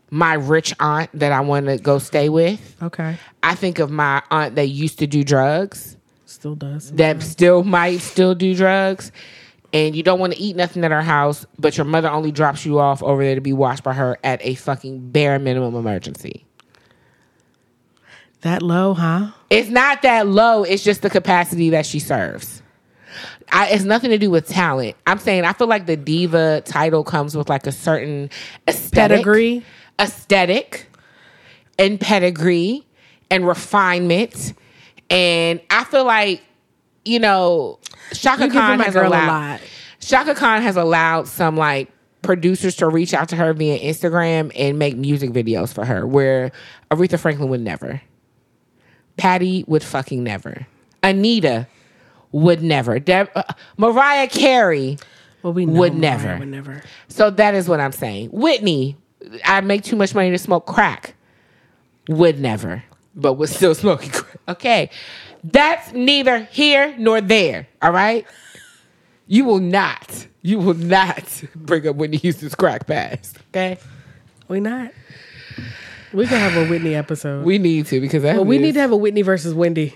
Speaker 5: my rich aunt that I want to go stay with.
Speaker 7: Okay.
Speaker 5: I think of my aunt that used to do drugs,
Speaker 7: Still does.
Speaker 5: that still might still do drugs. And you don't want to eat nothing at her house, but your mother only drops you off over there to be washed by her at a fucking bare minimum emergency.
Speaker 7: That low, huh?
Speaker 5: It's not that low. It's just the capacity that she serves. I, it's nothing to do with talent. I'm saying I feel like the diva title comes with like a certain aesthetic,
Speaker 7: Pedigree?
Speaker 5: aesthetic, and pedigree and refinement. And I feel like you know Shaka
Speaker 7: You giving
Speaker 5: Khan
Speaker 7: my
Speaker 5: has
Speaker 7: girl a
Speaker 5: allowed
Speaker 7: lot.
Speaker 5: Shaka Khan has allowed some like producers to reach out to her via Instagram and make music videos for her, where Aretha Franklin would never. Patty would fucking never. Anita would never. Deb- uh, Mariah Carey.
Speaker 7: Well, we know
Speaker 5: Would
Speaker 7: Mariah
Speaker 5: never.
Speaker 7: Would never.
Speaker 5: So that is what I'm saying. Whitney, I make too much money to smoke crack. Would never, but was still smoking crack. Okay. That's neither here nor there. All right. You will not, you will not bring up Whitney Houston's crack past. Okay.
Speaker 7: We not. We can have a Whitney episode. We,
Speaker 5: We need to because that
Speaker 7: but we
Speaker 5: is-
Speaker 7: need to have a Whitney versus Wendy.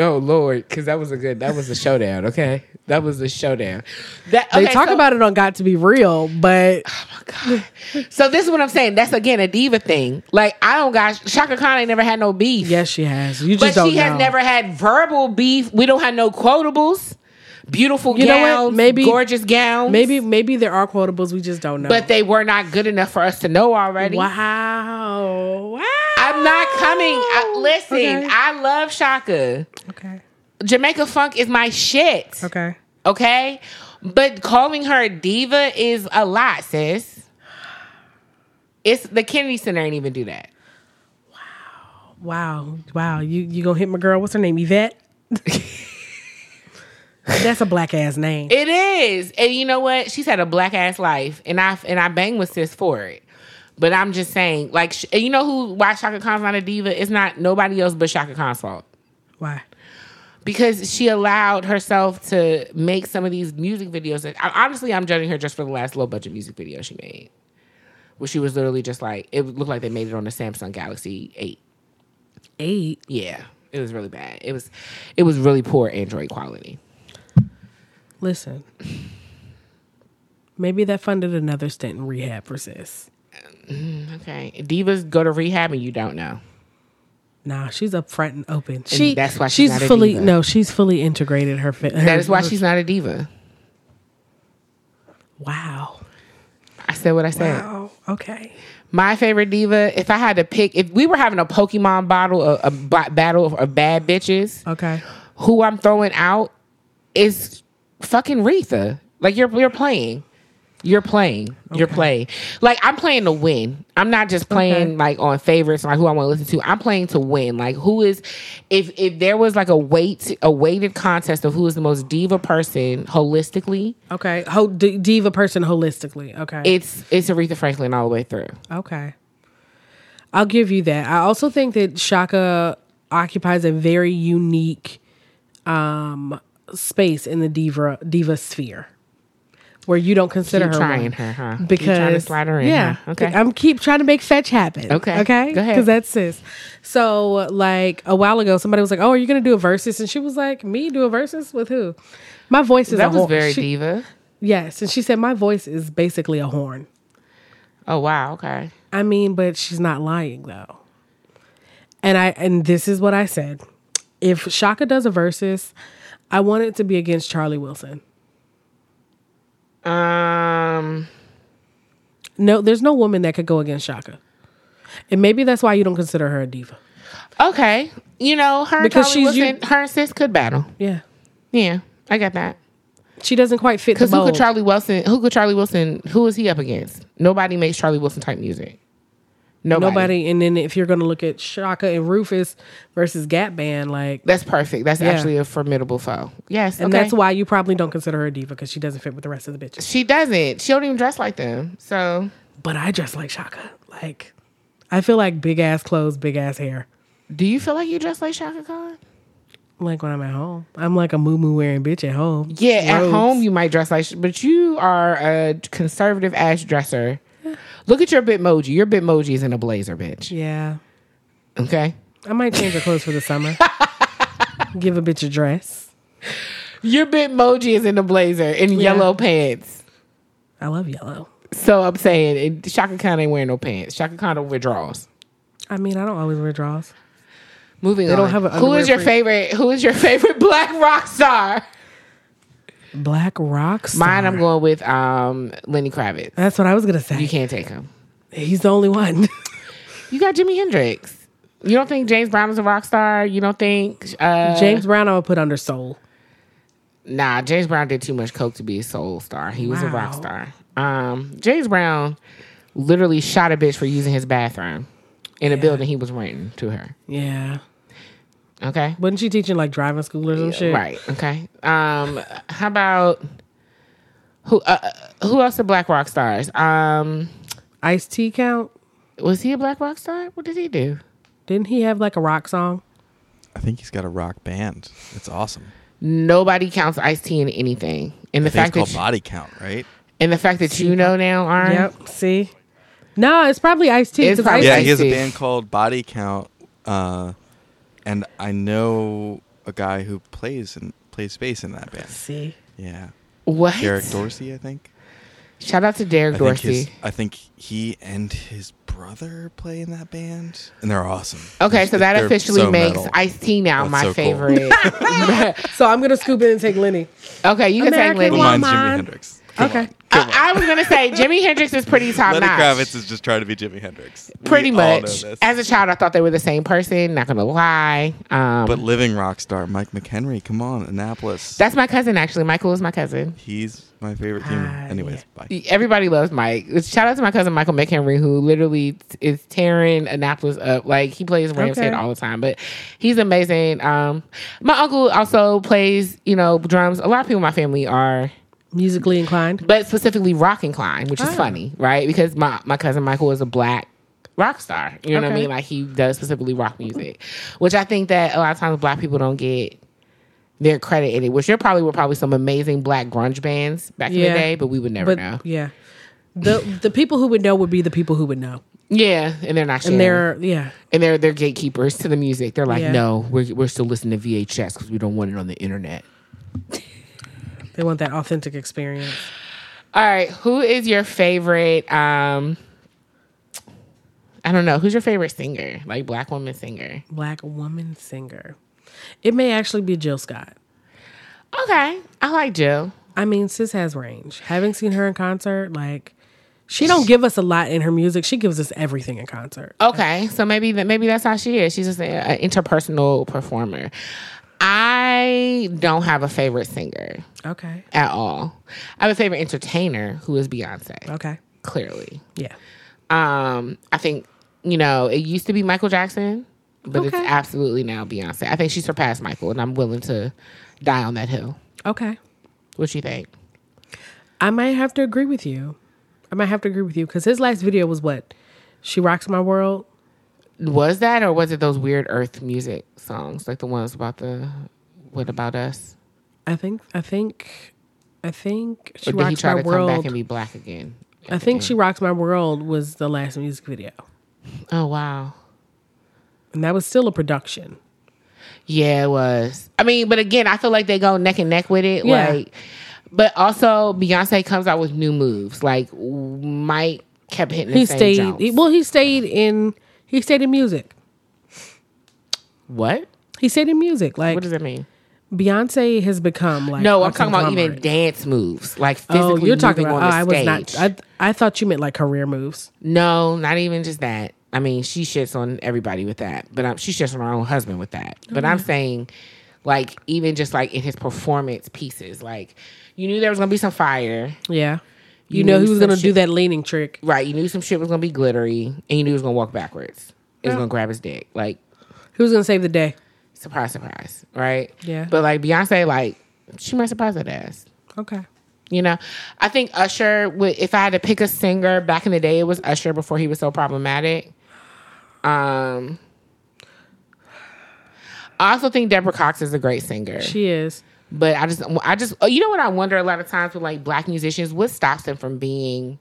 Speaker 5: Oh Lord, because that was a good. That was a showdown. Okay, that was a showdown. That okay,
Speaker 7: they talk
Speaker 5: so- Oh,
Speaker 7: about it on Got to Be Real, but
Speaker 5: So this is what I'm saying. That's again a diva thing. Like I don't got Shaka Khan ain't never had no beef.
Speaker 7: yes, she has. You
Speaker 5: but
Speaker 7: just don't
Speaker 5: she has
Speaker 7: know.
Speaker 5: never had verbal beef. We don't have no quotables. Beautiful
Speaker 7: You know
Speaker 5: gowns,
Speaker 7: what? Maybe-
Speaker 5: gorgeous gowns.
Speaker 7: Maybe maybe there are quotables. We just don't know.
Speaker 5: but they were not good enough for us to know already.
Speaker 7: wow, wow.
Speaker 5: I'm not coming. I, listen,
Speaker 7: Okay.
Speaker 5: I love Shaka.
Speaker 7: okay.
Speaker 5: Jamaica Funk is my shit.
Speaker 7: Okay.
Speaker 5: okay? But calling her a diva is a lot, sis. It's the Kennedy Center ain't even do that.
Speaker 7: Wow. Wow. You you gonna hit my girl? What's her name? Yvette. That's a black ass name.
Speaker 5: It is, and you know what? She's had a black ass life, and I and I bang with sis for it. But I'm just saying, like, sh- and you know who? Why Shaka Khan's not a diva? It's not nobody else but Shaka Khan's fault
Speaker 7: Why?
Speaker 5: because she allowed herself to make some of these music videos. That I, honestly, I'm judging her just for the last low budget music video she made, where she was literally just like it looked like they made it on the Samsung Galaxy Eight.
Speaker 7: Eight.
Speaker 5: Yeah, it was really bad. It was, it was really poor Android quality.
Speaker 7: Listen. Maybe that funded another stint in rehab for sis.
Speaker 5: Okay, divas go to rehab and you don't know.
Speaker 7: Nah, she's up front and open. she
Speaker 5: that's why she's
Speaker 7: she's
Speaker 5: not a
Speaker 7: fully
Speaker 5: diva.
Speaker 7: no, she's fully integrated her, fa- her
Speaker 5: That is why she's not a diva.
Speaker 7: Wow.
Speaker 5: I said what I said.
Speaker 7: Oh, okay.
Speaker 5: My favorite diva. If I had to pick, if we were having a Pokemon bottle, a, a b- battle of, of bad bitches,
Speaker 7: Okay.
Speaker 5: who I'm throwing out is fucking Retha. Like you're you're playing. You're playing. You're playing. Like I'm playing to win. I'm not just playing
Speaker 7: Okay.
Speaker 5: like on favorites like who I want to listen to. I'm playing to win. Like who is if if there was like a weight a weighted contest of who is the most diva person holistically,
Speaker 7: Okay. Ho- d- diva person holistically. Okay.
Speaker 5: it's it's Aretha Franklin all the way through.
Speaker 7: Okay. I'll give you that. I also think that Shaka occupies a very unique um space in the diva diva sphere where you don't consider
Speaker 5: Keep
Speaker 7: her
Speaker 5: trying
Speaker 7: one.
Speaker 5: her, huh? Keep
Speaker 7: Because
Speaker 5: trying to slide her in,
Speaker 7: Yeah.
Speaker 5: huh? Okay.
Speaker 7: I'm keep trying to make fetch happen.
Speaker 5: Okay.
Speaker 7: Okay.
Speaker 5: Go ahead.
Speaker 7: Because that's sis. So like a while ago somebody was like, Oh, are you gonna do a versus? And she was like, Me do a versus with who? My voice is a
Speaker 5: That was
Speaker 7: hor-
Speaker 5: very
Speaker 7: she-
Speaker 5: diva.
Speaker 7: Yes. And she said, My voice is basically a horn.
Speaker 5: Oh wow, okay.
Speaker 7: I mean, but she's not lying though. And I and this is what I said. If Shaka does a versus, I want it to be against Charlie Wilson.
Speaker 5: Um
Speaker 7: No, there's no woman that could go against Shaka. And maybe that's why you don't consider her a diva.
Speaker 5: okay. You know, her
Speaker 7: Because
Speaker 5: because Charlie
Speaker 7: she's you-
Speaker 5: Wilson, her and sis could battle.
Speaker 7: Yeah.
Speaker 5: Yeah, I got that.
Speaker 7: She doesn't quite fit the
Speaker 5: Because who
Speaker 7: mold.
Speaker 5: could Charlie Wilson? Who could Charlie Wilson? Who is he up against? Nobody makes Charlie Wilson type music. Nobody.
Speaker 7: Nobody. And then if you're going to look at Shaka and Rufus versus Gap Band, like,
Speaker 5: That's perfect. That's
Speaker 7: Yeah.
Speaker 5: actually a formidable foe. Yes,
Speaker 7: and
Speaker 5: okay.
Speaker 7: that's why you probably don't consider her a diva because she doesn't fit with the rest of the bitches.
Speaker 5: she doesn't. She don't even dress like them. So
Speaker 7: But I dress like Shaka. Like, I feel like big ass clothes, big ass hair.
Speaker 5: do you feel like you dress like Shaka Khan?
Speaker 7: Like when I'm at home, I'm like a moo moo wearing bitch at home.
Speaker 5: Yeah, at
Speaker 7: Robes.
Speaker 5: home you might dress like, sh- but you are a conservative ass dresser. Look at your Bitmoji. Your Bitmoji is in a blazer, bitch.
Speaker 7: Yeah.
Speaker 5: Okay.
Speaker 7: I might change her clothes for the summer. Give a bitch a dress.
Speaker 5: Your Bitmoji is in a blazer in yellow pants.
Speaker 7: I love yellow.
Speaker 5: So I'm saying it, Shaka Khan ain't wearing no pants. Shaka Khan don't wear drawers.
Speaker 7: I mean, I don't always wear draws.
Speaker 5: Moving
Speaker 7: They
Speaker 5: on.
Speaker 7: don't have an
Speaker 5: who is
Speaker 7: underwear
Speaker 5: your
Speaker 7: freak.
Speaker 5: favorite? Who is your favorite black rock star?
Speaker 7: Black rocks.
Speaker 5: Mine. I'm going with um Lenny Kravitz.
Speaker 7: That's what I was gonna say.
Speaker 5: You can't take him.
Speaker 7: He's the only one.
Speaker 5: You got Jimi Hendrix. You don't think James Brown is a rock star? You don't think uh,
Speaker 7: James Brown, I would put under soul.
Speaker 5: Nah, James Brown did too much coke to be a soul star. He was a
Speaker 7: Wow.
Speaker 5: rock star. Um, James Brown literally shot a bitch for using his bathroom in a building he was renting to her.
Speaker 7: Yeah.
Speaker 5: Okay,
Speaker 7: Wasn't she teaching like driving school or some shit?
Speaker 5: right. Okay. Um, how about who? Uh, who else are black rock stars? Um,
Speaker 7: Ice T count.
Speaker 5: was he a black rock star? What did he do?
Speaker 7: Didn't he have like a rock song?
Speaker 8: I think he's got a rock band. It's awesome.
Speaker 5: Nobody counts Ice T in anything. And the
Speaker 8: I think
Speaker 5: fact
Speaker 8: it's called
Speaker 5: that you,
Speaker 8: Body Count, right?
Speaker 5: and the fact that you know now, Arn,
Speaker 7: Yep. See. No, it's probably Ice T.
Speaker 5: It's probably-
Speaker 8: Yeah,
Speaker 5: I
Speaker 8: he has a
Speaker 5: see.
Speaker 8: band called Body Count, uh, and I know a guy who plays and plays bass in that band.
Speaker 7: See.
Speaker 8: Yeah,
Speaker 5: what?
Speaker 8: Derek Dorsey, I think.
Speaker 5: Shout out to Derek
Speaker 8: I
Speaker 5: Dorsey.
Speaker 8: Think his, I think he and his brother play in that band, and they're awesome.
Speaker 5: Okay, so that
Speaker 8: They're
Speaker 5: officially
Speaker 8: so
Speaker 5: makes
Speaker 8: metal.
Speaker 5: Ice T now
Speaker 8: That's
Speaker 5: my
Speaker 8: so cool.
Speaker 5: favorite.
Speaker 7: So I'm gonna scoop in and take Lenny.
Speaker 5: okay, you can
Speaker 7: American
Speaker 5: take Lenny.
Speaker 8: But
Speaker 7: Woman.
Speaker 8: mine's Jimi
Speaker 7: mine.
Speaker 8: Hendrix.
Speaker 7: okay.
Speaker 5: I, I was gonna say Jimi Hendrix is pretty top
Speaker 8: Lenny
Speaker 5: notch.
Speaker 8: Kravitz is just trying to be Jimi Hendrix. We
Speaker 5: pretty
Speaker 8: all know
Speaker 5: much.
Speaker 8: this.
Speaker 5: As a child, I thought they were the same person. Not gonna lie. Um,
Speaker 8: but living rock star Mike McHenry, come on, Annapolis.
Speaker 5: that's my cousin actually. Michael is my cousin.
Speaker 8: He's my favorite human. Anyways, bye.
Speaker 5: Everybody loves Mike. Shout out to my cousin Michael McHenry, who literally t- is tearing Annapolis up. Like he plays Rams
Speaker 7: Okay.
Speaker 5: Head all the time, but he's amazing. Um, my uncle also plays, you know, drums. A lot of people in my family are
Speaker 7: Musically inclined.
Speaker 5: but specifically rock inclined,
Speaker 7: Ah.
Speaker 5: which is funny, right? Because my, my cousin Michael is a black rock star. You know what I
Speaker 7: Okay.
Speaker 5: mean? Like he does specifically rock music, which I think that a lot of times black people don't get their credit in it. Which there probably were probably some amazing black grunge bands back in
Speaker 7: Yeah.
Speaker 5: the day, but we would never
Speaker 7: But
Speaker 5: know.
Speaker 7: yeah. The the people who would know would be the people who would know.
Speaker 5: Yeah, and they're not sharing.
Speaker 7: And they're yeah.
Speaker 5: and they're they're gatekeepers to the music. They're like,
Speaker 7: Yeah.
Speaker 5: no, we're we're still listening to VHS because we don't want it on the internet.
Speaker 7: They want that authentic experience.
Speaker 5: All right, who is your favorite? Um, I don't know. Who's your favorite singer? Like black woman singer?
Speaker 7: Black woman singer. It may actually be Jill Scott.
Speaker 5: Okay, I like Jill.
Speaker 7: I mean, sis has range. Having seen her in concert, like she don't give us a lot in her music. She gives us everything in concert.
Speaker 5: Okay, so maybe that maybe that's how she is. She's just an interpersonal performer. I don't have a favorite singer
Speaker 7: Okay.
Speaker 5: at all. I have a favorite entertainer who is Beyonce.
Speaker 7: Okay.
Speaker 5: Clearly,
Speaker 7: Yeah.
Speaker 5: um, I think you know it used to be Michael Jackson, but it's
Speaker 7: Okay.
Speaker 5: absolutely now Beyonce. I think she surpassed Michael, and I'm willing to die on that hill.
Speaker 7: Okay.
Speaker 5: What you think?
Speaker 7: I might have to agree with you. I might have to agree with you because his last video was what? She rocks my world.
Speaker 5: Was that or was it those weird Earth music songs, like the ones about the what about us?
Speaker 7: I think. I think. I think she
Speaker 5: Or did he
Speaker 7: rocks
Speaker 5: try
Speaker 7: my
Speaker 5: to come back
Speaker 7: world.
Speaker 5: and be black again?
Speaker 7: I think she rocks my world was the last music video,
Speaker 5: Oh wow.
Speaker 7: and that was still a production.
Speaker 5: Yeah, it was. I mean, but again, I feel like they go neck and neck with it.
Speaker 7: Yeah.
Speaker 5: Like, but also Beyonce comes out with new moves. Like Mike kept hitting. The
Speaker 7: He
Speaker 5: same
Speaker 7: stayed.
Speaker 5: jumps.
Speaker 7: He, well, he stayed in. He stayed in music.
Speaker 5: what?
Speaker 7: He stayed in music. Like
Speaker 5: What does that mean?
Speaker 7: Beyonce has become like
Speaker 5: No,
Speaker 7: a
Speaker 5: I'm talking about even
Speaker 7: conglomerate.
Speaker 5: dance moves, like physically
Speaker 7: Oh, you're talking about.
Speaker 5: on
Speaker 7: oh,
Speaker 5: the
Speaker 7: I was
Speaker 5: stage.
Speaker 7: not. I I thought you meant like career moves.
Speaker 5: No, not even just that. I mean, she shits on everybody with that, but um, she shits on her own husband with that. But I'm saying, like, even just like in his performance pieces, like you knew there was gonna be some fire,
Speaker 7: Yeah. You, know
Speaker 5: knew
Speaker 7: he was
Speaker 5: some
Speaker 7: gonna do
Speaker 5: shit-
Speaker 7: that leaning trick.
Speaker 5: Right. You knew some shit was gonna be glittery, and you knew he was gonna walk backwards. He was gonna grab his dick. Like
Speaker 7: He was gonna save the day.
Speaker 5: surprise, surprise. Right.
Speaker 7: Yeah.
Speaker 5: But like Beyonce, like she might surprise that ass.
Speaker 7: Okay.
Speaker 5: You know, I think Usher. Would, if I had to pick a singer back in the day, it was Usher before he was so problematic. Um, I also think Deborah Cox is a great singer,
Speaker 7: She is.
Speaker 5: but I just, I just, oh, you know what I wonder a lot of times with like black musicians, what stops them from being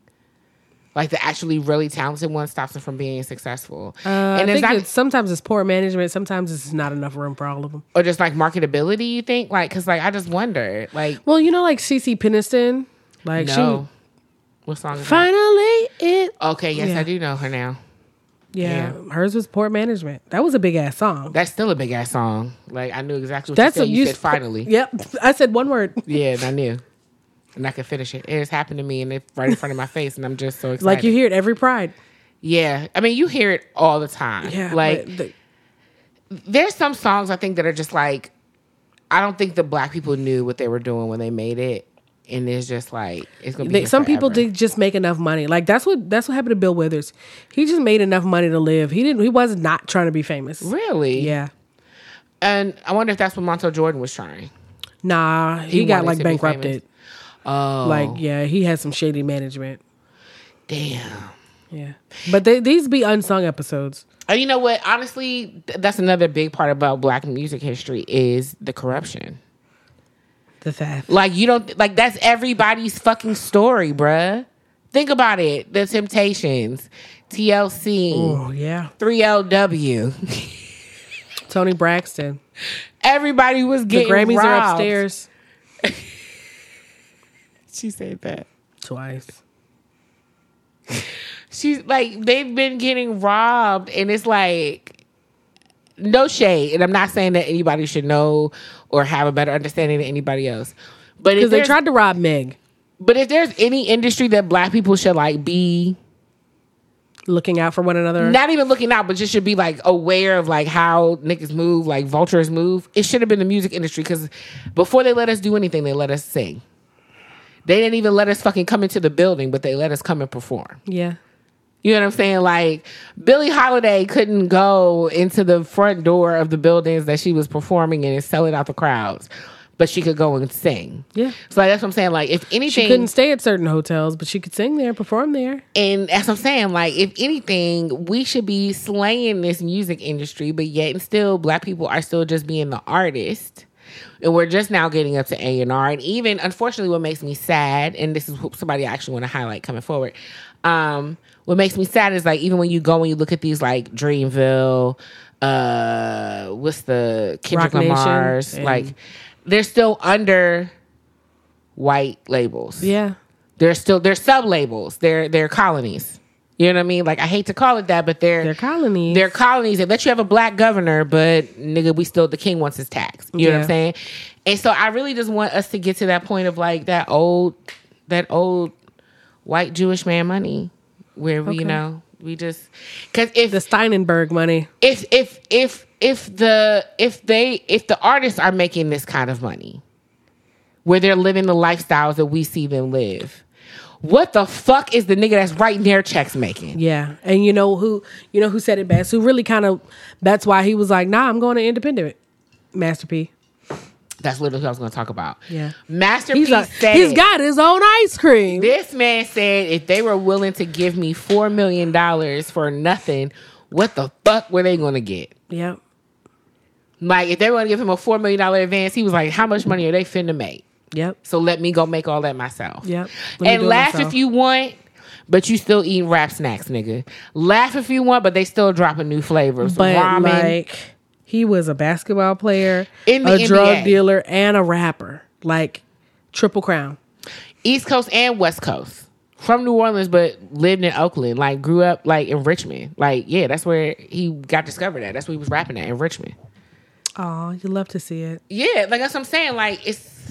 Speaker 5: like the actually really talented one stops them from being successful,
Speaker 7: Uh,
Speaker 5: and
Speaker 7: I
Speaker 5: it's
Speaker 7: think
Speaker 5: not,
Speaker 7: it's, sometimes it's poor management. Sometimes it's not enough room for all of them.
Speaker 5: or just like marketability. You think like because like I just wonder like
Speaker 7: Well, you know, like Cece Peniston, like
Speaker 5: no,
Speaker 7: she
Speaker 5: what song? Is that?
Speaker 7: finally it.
Speaker 5: Okay, yes,
Speaker 7: Yeah.
Speaker 5: I do know her now.
Speaker 7: Yeah, hers was poor management. That was a big ass song.
Speaker 5: That's still a big ass song. Like I knew exactly what
Speaker 7: That's
Speaker 5: you
Speaker 7: a
Speaker 5: said. You said
Speaker 7: useful-
Speaker 5: finally. Yeah.
Speaker 7: Yep, I said one word.
Speaker 5: and I knew. And I could finish it. It has happened to me and it's right in front of my face and I'm just so excited.
Speaker 7: Like you hear it every Pride.
Speaker 5: Yeah. I mean you hear it all the time.
Speaker 7: Yeah,
Speaker 5: Like
Speaker 7: but the-
Speaker 5: there's some songs I think that are just like I don't think the black people knew what they were doing when they made it. And it's just like it's gonna be
Speaker 7: they,
Speaker 5: here
Speaker 7: some people
Speaker 5: forever.
Speaker 7: did just make enough money. Like that's what that's what happened to Bill Withers. He just made enough money to live. He didn't. He was not trying to be famous.
Speaker 5: Really?
Speaker 7: Yeah.
Speaker 5: And I wonder if that's what Montel Jordan was trying.
Speaker 7: Nah, he,
Speaker 5: He
Speaker 7: got
Speaker 5: wanted
Speaker 7: like
Speaker 5: to be
Speaker 7: bankrupted.
Speaker 5: Oh
Speaker 7: Like yeah, he had some shady management.
Speaker 5: damn.
Speaker 7: Yeah, but they, these be unsung episodes.
Speaker 5: And Uh, you know what? Honestly, th- that's another big part about black music history is the corruption.
Speaker 7: The theft.
Speaker 5: Like you don't like that's everybody's fucking story, bruh. Think about it. The Temptations, TLC,
Speaker 7: Oh yeah,
Speaker 5: 3LW.
Speaker 7: Tony Braxton.
Speaker 5: Everybody was
Speaker 7: The
Speaker 5: getting
Speaker 7: Grammys are
Speaker 5: robbed.
Speaker 7: upstairs.
Speaker 5: She said that.
Speaker 7: Twice.
Speaker 5: She's like they've been getting robbed and it's like no shade. And I'm not saying that anybody should know or have a better understanding than anybody else. But if
Speaker 7: Because they
Speaker 5: there's-
Speaker 7: tried to rob Meg,
Speaker 5: But if there's any industry that black people should like be
Speaker 7: looking out for one another.
Speaker 5: not even looking out, but just should be like aware of like how niggas move, like vultures move. It should have been the music industry because before they let us do anything, they let us sing. They didn't even let us fucking come into the building, but they let us come and perform.
Speaker 7: yeah.
Speaker 5: You know what I'm saying? Like Billie Holiday couldn't go into the front door of the buildings that she was performing in and selling out the crowds, but she could go and sing.
Speaker 7: Yeah.
Speaker 5: So like, that's what I'm saying. Like if anything,
Speaker 7: She couldn't stay at certain hotels, but she could sing there, perform there.
Speaker 5: and as I'm saying, like if anything, we should be slaying this music industry, but yet and still, black people are still just being the artist, and we're just now getting up to A and R. And even unfortunately, what makes me sad, and this is who- somebody I actually want to highlight coming forward. Um, what makes me sad is like even when you go and you look at these like Dreamville, uh, what's the Kendrick
Speaker 7: Roc Nation
Speaker 5: Lamar's
Speaker 7: and-
Speaker 5: like, they're still under white labels
Speaker 7: Yeah.
Speaker 5: they're still they're sub labels. They're they're colonies. You know what I mean? Like I hate to call it that, but they're
Speaker 7: They're colonies.
Speaker 5: They're colonies. They let you have a black governor, but nigga, we still the king wants his tax. You know what
Speaker 7: Yeah.
Speaker 5: I'm saying? And so I really just want us to get to that point of like that old that old white Jewish man money where we you know we just because if
Speaker 7: The Steinenberg money.
Speaker 5: if if if if the if they if the artists are making this kind of money where they're living the lifestyles that we see them live what the fuck is the nigga that's writing their checks making
Speaker 7: Yeah. And you know who you know who said it best, who really kind of that's why he was like, nah, I'm going to independent. Master P.
Speaker 5: that's literally what i was going to talk about
Speaker 7: Yeah.
Speaker 5: masterpiece
Speaker 7: He's like
Speaker 5: said
Speaker 7: he's
Speaker 5: it.
Speaker 7: got his own ice cream.
Speaker 5: this man said if they were willing to give me four million dollars for nothing what the fuck were they going to get
Speaker 7: Yep.
Speaker 5: like if they were going to give him a four million dollar advance he was like how much money are they finna make
Speaker 7: Yep.
Speaker 5: So let me go make all that myself.
Speaker 7: Yep. Let me do
Speaker 5: And
Speaker 7: it
Speaker 5: laugh
Speaker 7: myself.
Speaker 5: if you want, but you still eating wrap snacks, nigga. Laugh if you want, but they still dropping new flavors.
Speaker 7: But
Speaker 5: Ramen.
Speaker 7: like he was a basketball player,
Speaker 5: In the
Speaker 7: a drug
Speaker 5: NBA.
Speaker 7: dealer, and a rapper. Like triple crown.
Speaker 5: East Coast and West Coast. From New Orleans, but lived in Oakland. Like grew up like in Richmond. Like, yeah, that's where he got discovered at. That's where he was rapping at in Richmond.
Speaker 7: Oh, you love to see it.
Speaker 5: Yeah, like that's what I'm saying. Like it's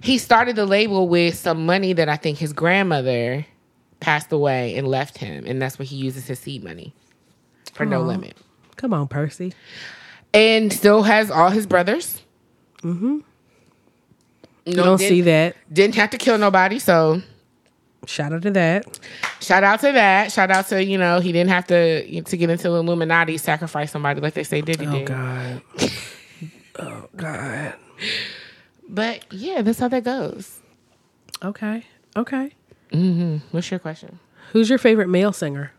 Speaker 5: he started the label with some money that I think his grandmother passed away and left him. And that's where he uses his seed money. For no limit.
Speaker 7: Come on, Percy.
Speaker 5: and still has all his brothers. Mm-hmm.
Speaker 7: You don't see that.
Speaker 5: Didn't have to kill nobody, so
Speaker 7: Shout out to that.
Speaker 5: Shout out to that. Shout out to you know he didn't have to to get into the Illuminati, sacrifice somebody like they say Diddy did.
Speaker 7: God. oh God.
Speaker 5: But yeah, that's how that goes.
Speaker 7: Okay. Okay.
Speaker 5: What's your question?
Speaker 7: Who's your favorite male singer?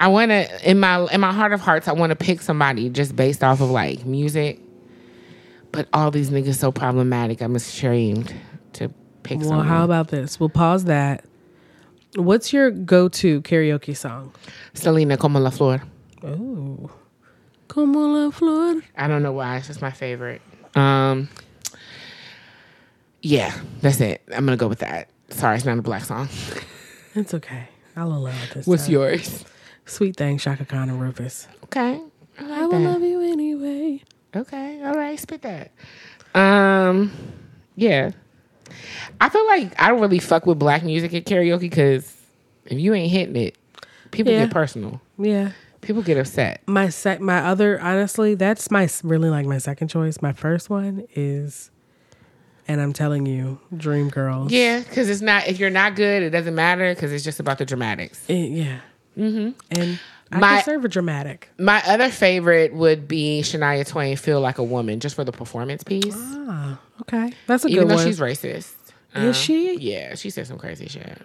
Speaker 5: I want to in my in my heart of hearts, I want to pick somebody just based off of like music. But all these niggas so problematic. I'm ashamed to pick.
Speaker 7: Well,
Speaker 5: someone.
Speaker 7: how about this? We'll pause that. What's your go-to karaoke song?
Speaker 5: Selena como la flor?
Speaker 7: Oh. Como la flor.
Speaker 5: I don't know why. It's just my favorite. Um, yeah, that's it. I'm gonna go with that. Sorry, it's not a black song.
Speaker 7: It's okay. I'll allow it this
Speaker 5: What's
Speaker 7: time.
Speaker 5: yours?
Speaker 7: Sweet thing, Shaka Khan and Rufus.
Speaker 5: Okay, I
Speaker 7: I
Speaker 5: like
Speaker 7: will
Speaker 5: that.
Speaker 7: love you anyway.
Speaker 5: Okay, all right, spit that. Um, yeah, I feel like I don't really fuck with black music at karaoke because if you ain't hitting it, people
Speaker 7: Yeah.
Speaker 5: get personal.
Speaker 7: Yeah.
Speaker 5: People get upset.
Speaker 7: My sec, my other, honestly, that's my s- really like my second choice. My first one is, and I'm telling you, Dream Girls.
Speaker 5: Yeah, because it's not if you're not good, it doesn't matter because it's just about the dramatics.
Speaker 7: It- Eh, yeah. Mm-hmm. And I
Speaker 5: My-
Speaker 7: can serve a dramatic.
Speaker 5: My other favorite would be Shania Twain, "Feel Like a Woman," just for the performance piece.
Speaker 7: Ah, okay. That's a
Speaker 5: Even
Speaker 7: good
Speaker 5: though
Speaker 7: one.
Speaker 5: she's racist,
Speaker 7: Is
Speaker 5: Uh,
Speaker 7: she?
Speaker 5: Yeah, she said some crazy shit.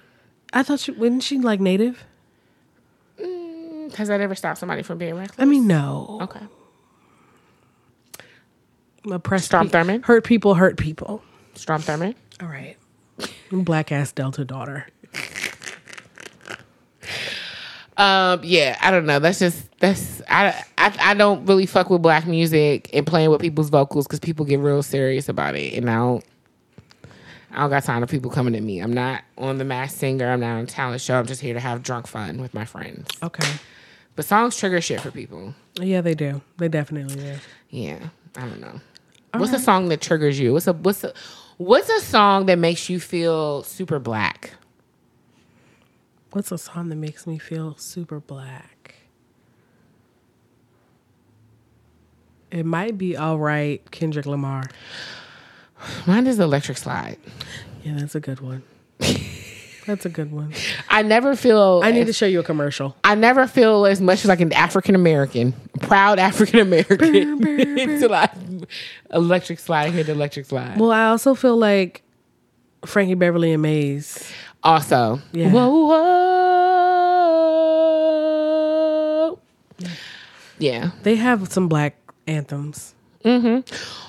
Speaker 7: I thought she, wasn't she like native?
Speaker 5: Has that ever stopped somebody from being reckless?
Speaker 7: I mean, no.
Speaker 5: okay.
Speaker 7: Oppressed
Speaker 5: Strom
Speaker 7: pe-
Speaker 5: Thurmond?
Speaker 7: Hurt people hurt people.
Speaker 5: Strom Thurmond.
Speaker 7: All right. Black ass Delta daughter.
Speaker 5: Um, yeah, I don't know. That's just that's I I, I don't really fuck with black music and playing with people's vocals because people get real serious about it, and I don't. I don't got time for people coming at me. I'm not on the mass singer. I'm not on a talent show. I'm just here to have drunk fun with my friends.
Speaker 7: Okay.
Speaker 5: But songs trigger shit for people.
Speaker 7: Yeah, they do. They definitely do.
Speaker 5: Yeah, I don't know. what's a song that triggers you? What's a what's a what's a song that makes you feel super black?
Speaker 7: What's a song that makes me feel super black? It might be all right, Kendrick Lamar.
Speaker 5: Mine is Electric Slide.
Speaker 7: Yeah, that's a good one. that's a good one.
Speaker 5: I never feel
Speaker 7: I need to show you a commercial.
Speaker 5: I never feel as much like an African American, proud African American, until I electric slide hit electric slide.
Speaker 7: Well, I also feel like Frankie Beverly and Maze.
Speaker 5: also,
Speaker 7: Yeah.
Speaker 5: whoa, whoa, yeah.
Speaker 7: They have some black anthems.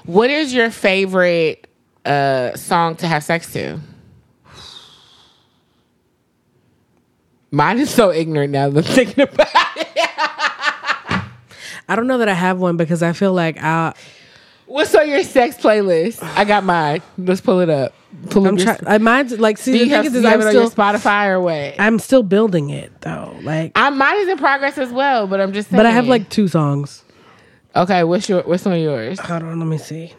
Speaker 5: What is your favorite uh, song to have sex to? Mine is so ignorant now that I'm thinking about.
Speaker 7: I don't know that I have one because I feel like I
Speaker 5: What's on your sex playlist? I got mine. Let's pull it up. Pull
Speaker 7: I'm
Speaker 5: up your-
Speaker 7: trying. I mine's like see
Speaker 5: Do
Speaker 7: the
Speaker 5: you have,
Speaker 7: thing is,
Speaker 5: do
Speaker 7: is
Speaker 5: you
Speaker 7: I'm
Speaker 5: have it on your
Speaker 7: still
Speaker 5: Spotify or what?
Speaker 7: I'm still building it though. Like,
Speaker 5: I, mine is in progress as well, but I'm just saying.
Speaker 7: but I have like two songs.
Speaker 5: okay, what's your what's on yours?
Speaker 7: Hold on, let me see.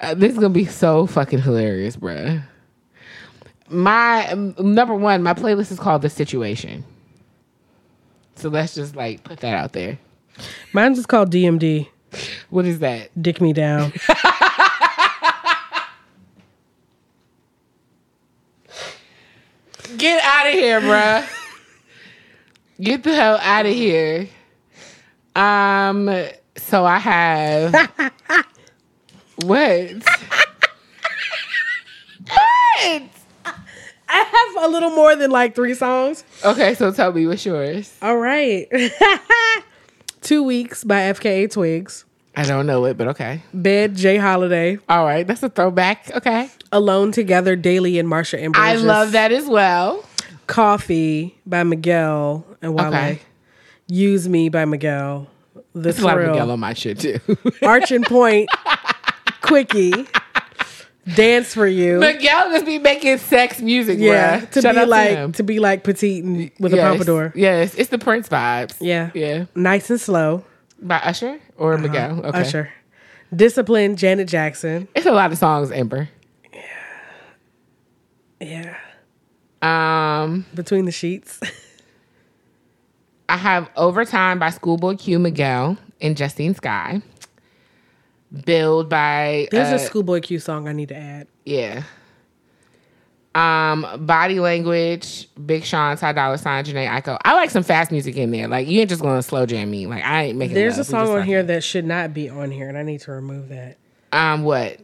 Speaker 5: Uh, this is gonna be so fucking hilarious, bruh. My um, number one, my playlist is called "The Situation," so let's just like put that out there.
Speaker 7: Mine's just called DMD.
Speaker 5: What is that?
Speaker 7: Dick me down.
Speaker 5: Get out of here, bruh. Get the hell out of here. Um. So I have what?
Speaker 7: I have a little more than like three songs.
Speaker 5: Okay, so tell me what's yours.
Speaker 7: All right. Two Weeks by FKA Twigs.
Speaker 5: I don't know it, but okay.
Speaker 7: Bed, Jay Holiday.
Speaker 5: All right, that's a throwback. Okay.
Speaker 7: Alone Together, Daily, and Marsha and
Speaker 5: I
Speaker 7: Bridges.
Speaker 5: love that as well.
Speaker 7: Coffee by Miguel and Wale.
Speaker 5: Okay.
Speaker 7: Use Me by Miguel. The
Speaker 5: There's a lot of Miguel
Speaker 7: Thrill.
Speaker 5: on my shit too.
Speaker 7: Arch and Point. Quickie. Dance for You.
Speaker 5: Miguel just be making sex music,
Speaker 7: yeah,
Speaker 5: bruh.
Speaker 7: to
Speaker 5: Shout out
Speaker 7: be like
Speaker 5: him.
Speaker 7: to, be like petite and with
Speaker 5: Yes,
Speaker 7: a pompadour.
Speaker 5: Yes, it's the Prince vibes.
Speaker 7: Yeah.
Speaker 5: yeah.
Speaker 7: Nice and slow.
Speaker 5: By Usher or Miguel. Okay.
Speaker 7: Usher. Discipline, Janet Jackson.
Speaker 5: It's a lot of songs, Amber.
Speaker 7: Yeah.
Speaker 5: Um,
Speaker 7: Between the sheets.
Speaker 5: I have Overtime by Schoolboy Q Miguel and Justine Sky. Billed by
Speaker 7: There's
Speaker 5: uh,
Speaker 7: a Schoolboy Q song I need to add.
Speaker 5: yeah. Um, body language, Big Sean, Ty Dolla Sign, Janae Eiko. I like some fast music in there. Like you ain't just gonna slow jam me. Like I ain't making.
Speaker 7: There's
Speaker 5: love.
Speaker 7: a
Speaker 5: We
Speaker 7: song
Speaker 5: just
Speaker 7: on
Speaker 5: like-
Speaker 7: here that should not be on here, and I need to remove that.
Speaker 5: Um, what?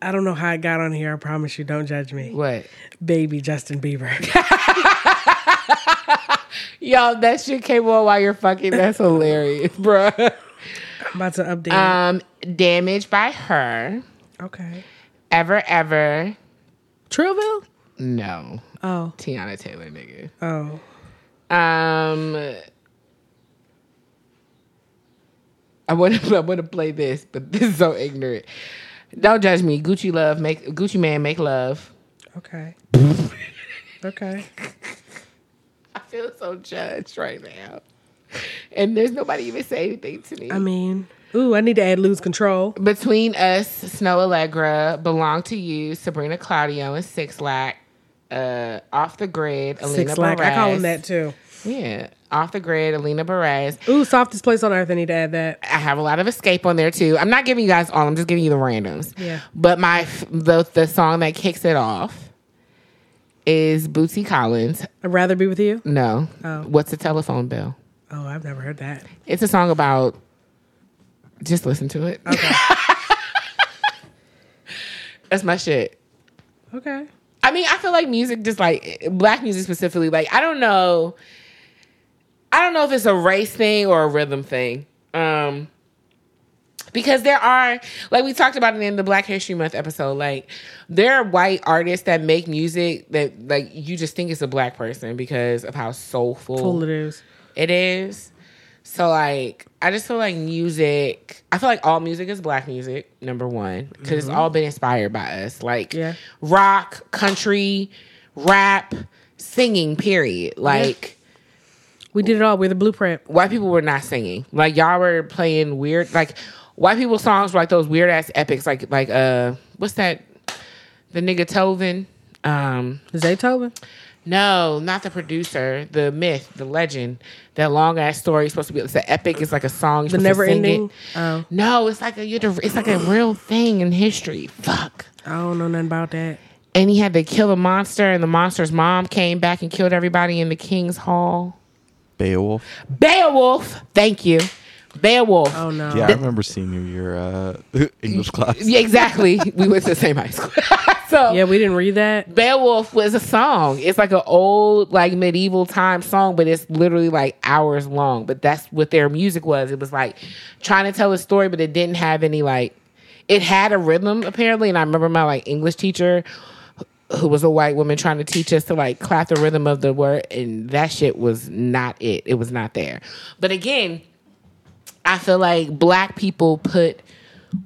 Speaker 7: I don't know how it got on here. I promise you, don't judge me.
Speaker 5: What?
Speaker 7: Baby Justin Bieber.
Speaker 5: Yo, that shit came on while you're fucking. That's hilarious, bruh.
Speaker 7: I'm about to update.
Speaker 5: Um, damaged by her.
Speaker 7: okay.
Speaker 5: Ever, ever.
Speaker 7: Trillville?
Speaker 5: No,
Speaker 7: Oh.
Speaker 5: Tiana Taylor, nigga.
Speaker 7: Oh.
Speaker 5: Um, I want to. I want to play this, but this is so ignorant. Don't judge me. Gucci love make Gucci man make love.
Speaker 7: Okay. okay.
Speaker 5: I feel so judged right now, and there's nobody even say anything to me.
Speaker 7: I mean, ooh, I need to add lose control.
Speaker 5: Between us, Snow Allegra, Belong to You, Sabrina Claudio, and Six Lack, uh, Off the Grid, Alina
Speaker 7: Six Lack. I call him
Speaker 5: Baraz.
Speaker 7: that too.
Speaker 5: Yeah, Off the Grid, Alina Baraz.
Speaker 7: Ooh, softest place on earth. I need to add that.
Speaker 5: I have a lot of escape on there too. I'm not giving you guys all. I'm just giving you the randoms.
Speaker 7: Yeah.
Speaker 5: But my f- the the song that kicks it off is Bootsy Collins.
Speaker 7: I'd rather be with you.
Speaker 5: No. What's a telephone bill?
Speaker 7: Oh, I've never heard that.
Speaker 5: It's a song about. Just listen to it. That's my shit.
Speaker 7: Okay.
Speaker 5: I mean, I feel like music, just like black music specifically, like I don't know, I don't know if it's a race thing or a rhythm thing, um, because there are like we talked about it in the Black History Month episode, like there are white artists that make music that like you just think it's a black person because of how soulful
Speaker 7: Cool it is.
Speaker 5: it is. So like I just feel like music I feel like all music is black music, number one. because it's all been inspired by us. Like
Speaker 7: Yeah.
Speaker 5: rock, country, rap, singing, period. Like
Speaker 7: We did it all. We're the blueprint.
Speaker 5: white people were not singing. Like y'all were playing weird like white people songs were like those weird ass epics like like uh what's that the nigga Tovin? Um
Speaker 7: Zay Tobin.
Speaker 5: no, not the producer, the myth, the legend. That long ass story is supposed to be it's an epic. It's like a song.
Speaker 7: The never ending.
Speaker 5: Oh. No, it's like a you're the, it's like a real thing in history. Fuck.
Speaker 7: I don't know nothing about that.
Speaker 5: And he had to kill a monster, and the monster's mom came back and killed everybody in the king's hall.
Speaker 8: Beowulf.
Speaker 5: Beowulf, thank you, Beowulf.
Speaker 7: Oh no.
Speaker 8: Yeah, I remember senior year uh, English class.
Speaker 5: Yeah, exactly. we went to the same high school. so
Speaker 7: Yeah, we didn't read that.
Speaker 5: Beowulf was a song. It's like an old, like medieval time song, but it's literally like hours long. But that's what their music was. It was like trying to tell a story, but it didn't have any like. It had a rhythm apparently, and I remember my like English teacher, who was a white woman, trying to teach us to like clap the rhythm of the word, and that shit was not it. It was not there. But again, I feel like black people put.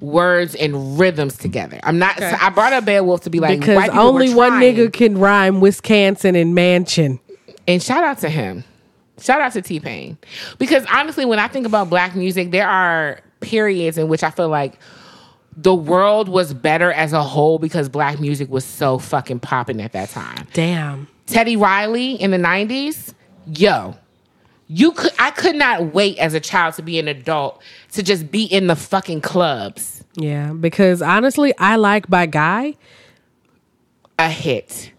Speaker 5: Words and rhythms together. I'm not. I brought up Beowulf to be like
Speaker 7: Because
Speaker 5: white people were
Speaker 7: only one
Speaker 5: trying.
Speaker 7: nigga can rhyme Wisconsin and mansion.
Speaker 5: And shout out to him. Shout out to T Pain. Because honestly, when I think about black music, there are periods in which I feel like the world was better as a whole because black music was so fucking popping at that time.
Speaker 7: Damn.
Speaker 5: Teddy Riley in the 90s, yo. You could I could not wait as a child to be an adult to just be in the fucking clubs.
Speaker 7: Yeah, because honestly, I like by guy.
Speaker 5: A hit.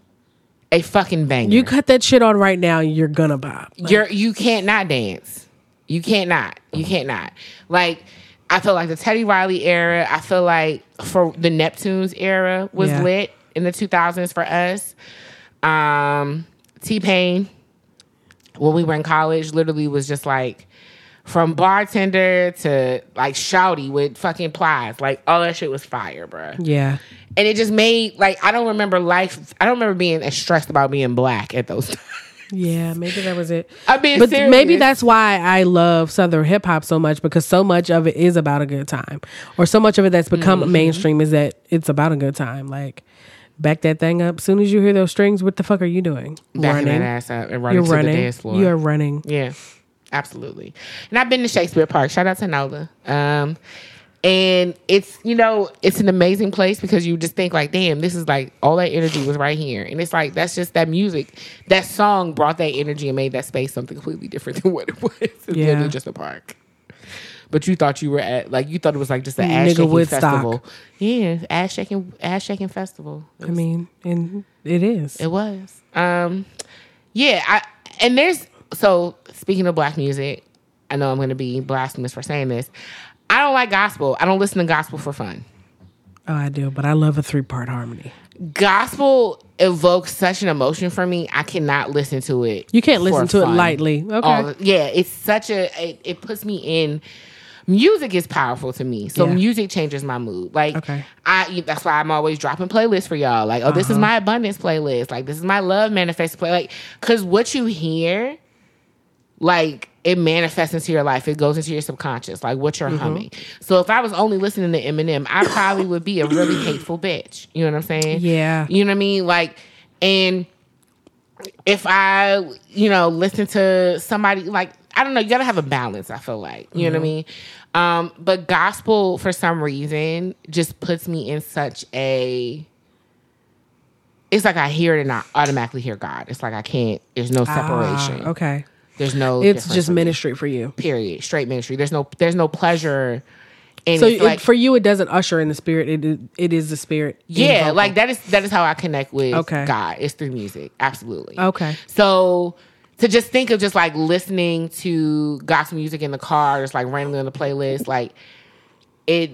Speaker 5: A fucking banger.
Speaker 7: You cut that shit on right now, you're gonna bop.
Speaker 5: you're you can't not dance. You can't not. You can't not. Like I feel like the Teddy Riley era. I feel like for the Neptunes era was
Speaker 7: Yeah.
Speaker 5: lit in the 2000s for us. Um, T Pain when we were in college literally was just like from bartender to like shouty with fucking plies. Like all that shit was fire, bruh
Speaker 7: Yeah.
Speaker 5: and it just made like I don't remember life. I don't remember being as stressed about being black at those. times.
Speaker 7: Yeah, maybe that was it.
Speaker 5: I mean,
Speaker 7: but
Speaker 5: serious.
Speaker 7: maybe that's why I love Southern hip hop so much because so much of it is about a good time, or so much of it that's become
Speaker 5: Mm-hmm.
Speaker 7: mainstream is that it's about a good time. Like, back that thing up. Soon as you hear those strings, what the fuck are you doing?
Speaker 5: backing
Speaker 7: running.
Speaker 5: that ass up and running
Speaker 7: You're
Speaker 5: to the
Speaker 7: running.
Speaker 5: dance floor.
Speaker 7: You're running.
Speaker 5: yeah, absolutely. And I've been to Shakespeare Park. Shout out to Nola. Um, and it's you know it's an amazing place because you just think like, damn, this is like all that energy was right here, and it's like that's just that music, that song brought that energy and made that space something completely different than what it was. It's
Speaker 7: Yeah.
Speaker 5: literally just a park. but you thought you were at like you thought it was like just an
Speaker 7: Nigga
Speaker 5: ass shaking
Speaker 7: Woodstock.
Speaker 5: festival. Yeah, ass shaking ass shaking festival. It
Speaker 7: I
Speaker 5: was-
Speaker 7: mean, and it is.
Speaker 5: it was. Um, yeah. I and there's so speaking of black music, I know I'm going to be blasphemous for saying this. I don't like gospel. I don't listen to gospel for fun.
Speaker 7: oh, I do, but I love a three part harmony.
Speaker 5: Gospel evokes such an emotion for me. I cannot listen to it.
Speaker 7: You can't listen
Speaker 5: for
Speaker 7: to it
Speaker 5: fun.
Speaker 7: lightly. Okay.
Speaker 5: All- yeah, it's such a it, it puts me in. Music is powerful to me, so
Speaker 7: Yeah.
Speaker 5: music changes my mood. Like
Speaker 7: Okay. Uh-huh.
Speaker 5: I, that's why I'm always dropping playlists for y'all. Like, oh, this is my abundance playlist. Like, this is my love manifest play. Like, cause what you hear, like it manifests into your life. It goes into your subconscious. Like what you're
Speaker 7: Mm-hmm.
Speaker 5: humming. So if I was only listening to Eminem, I probably would be a really hateful bitch. You know what I'm saying?
Speaker 7: Yeah.
Speaker 5: You know what I mean? Like, and if I, you know, listen to somebody like I don't know, you gotta have a balance, I feel like. You
Speaker 7: Mm-hmm.
Speaker 5: know what I mean? Um, but gospel for some reason just puts me in such a it's like I hear it and I automatically hear God. It's like I can't there's no separation.
Speaker 7: Ah, okay.
Speaker 5: There's no
Speaker 7: It's
Speaker 5: difference
Speaker 7: just
Speaker 5: for me.
Speaker 7: ministry for you.
Speaker 5: period. Straight ministry. There's no there's no pleasure in
Speaker 7: So
Speaker 5: it.
Speaker 7: it,
Speaker 5: like,
Speaker 7: for you, it doesn't usher in the spirit. It is- it is the spirit. in
Speaker 5: Yeah,
Speaker 7: vocal.
Speaker 5: like that is that is how I connect with
Speaker 7: Okay.
Speaker 5: God. It's through music, absolutely.
Speaker 7: Okay.
Speaker 5: So to just think of just like listening to gospel music in the car, just like randomly on the playlist, like it.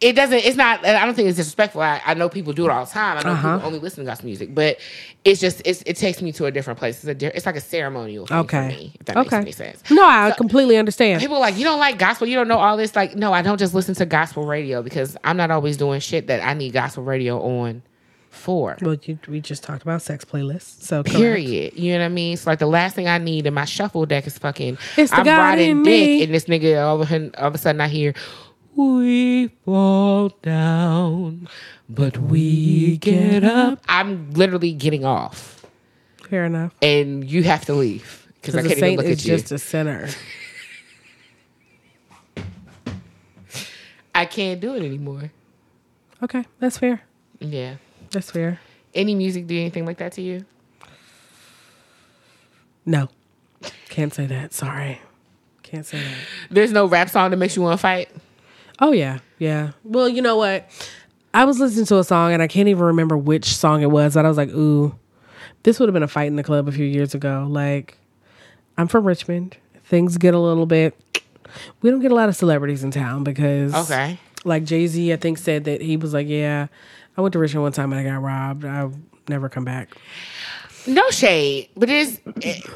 Speaker 5: It doesn't. It's not. and I don't think it's disrespectful. I, I know people do it all the time. I know
Speaker 7: Uh-huh.
Speaker 5: people only listen to gospel music, but it's just it's, it takes me to a different place. It's a di- it's like a ceremonial. Thing
Speaker 7: Okay.
Speaker 5: For me, if that
Speaker 7: okay.
Speaker 5: makes any sense.
Speaker 7: No, I completely understand.
Speaker 5: People are like, you don't like gospel, you don't know all this. Like, no, I don't just listen to gospel radio because I'm not always doing shit that I need gospel radio on for.
Speaker 7: Well, you, we just talked about sex playlists. So correct.
Speaker 5: Period. You know what I mean? So like the last thing I need in my shuffle deck is fucking
Speaker 7: It's the
Speaker 5: I
Speaker 7: God
Speaker 5: brought in
Speaker 7: in me.
Speaker 5: dick and this nigga all of, a, all of a sudden I hear we fall down but we get up. I'm literally getting off
Speaker 7: Fair enough.
Speaker 5: and you have to leave because I
Speaker 7: Because a
Speaker 5: can't even
Speaker 7: saint
Speaker 5: look
Speaker 7: is
Speaker 5: at you.
Speaker 7: just a sinner.
Speaker 5: I can't do it anymore.
Speaker 7: Okay, that's fair.
Speaker 5: Yeah.
Speaker 7: That's fair.
Speaker 5: Any music do anything like that to you?
Speaker 7: No, can't say that. Sorry, can't say that.
Speaker 5: There's no rap song that makes you want to fight.
Speaker 7: Oh yeah, yeah. Well, you know what? I was listening to a song and I can't even remember which song it was, but I was like, ooh, this would have been a fight in the club a few years ago. Like, I'm from Richmond. Things get a little bit. We don't get a lot of celebrities in town because
Speaker 5: Okay.
Speaker 7: like Jay Z, I think said that he was like, yeah, I went to Richmond one time and I got robbed. I have never come back.
Speaker 5: No shade, but is it,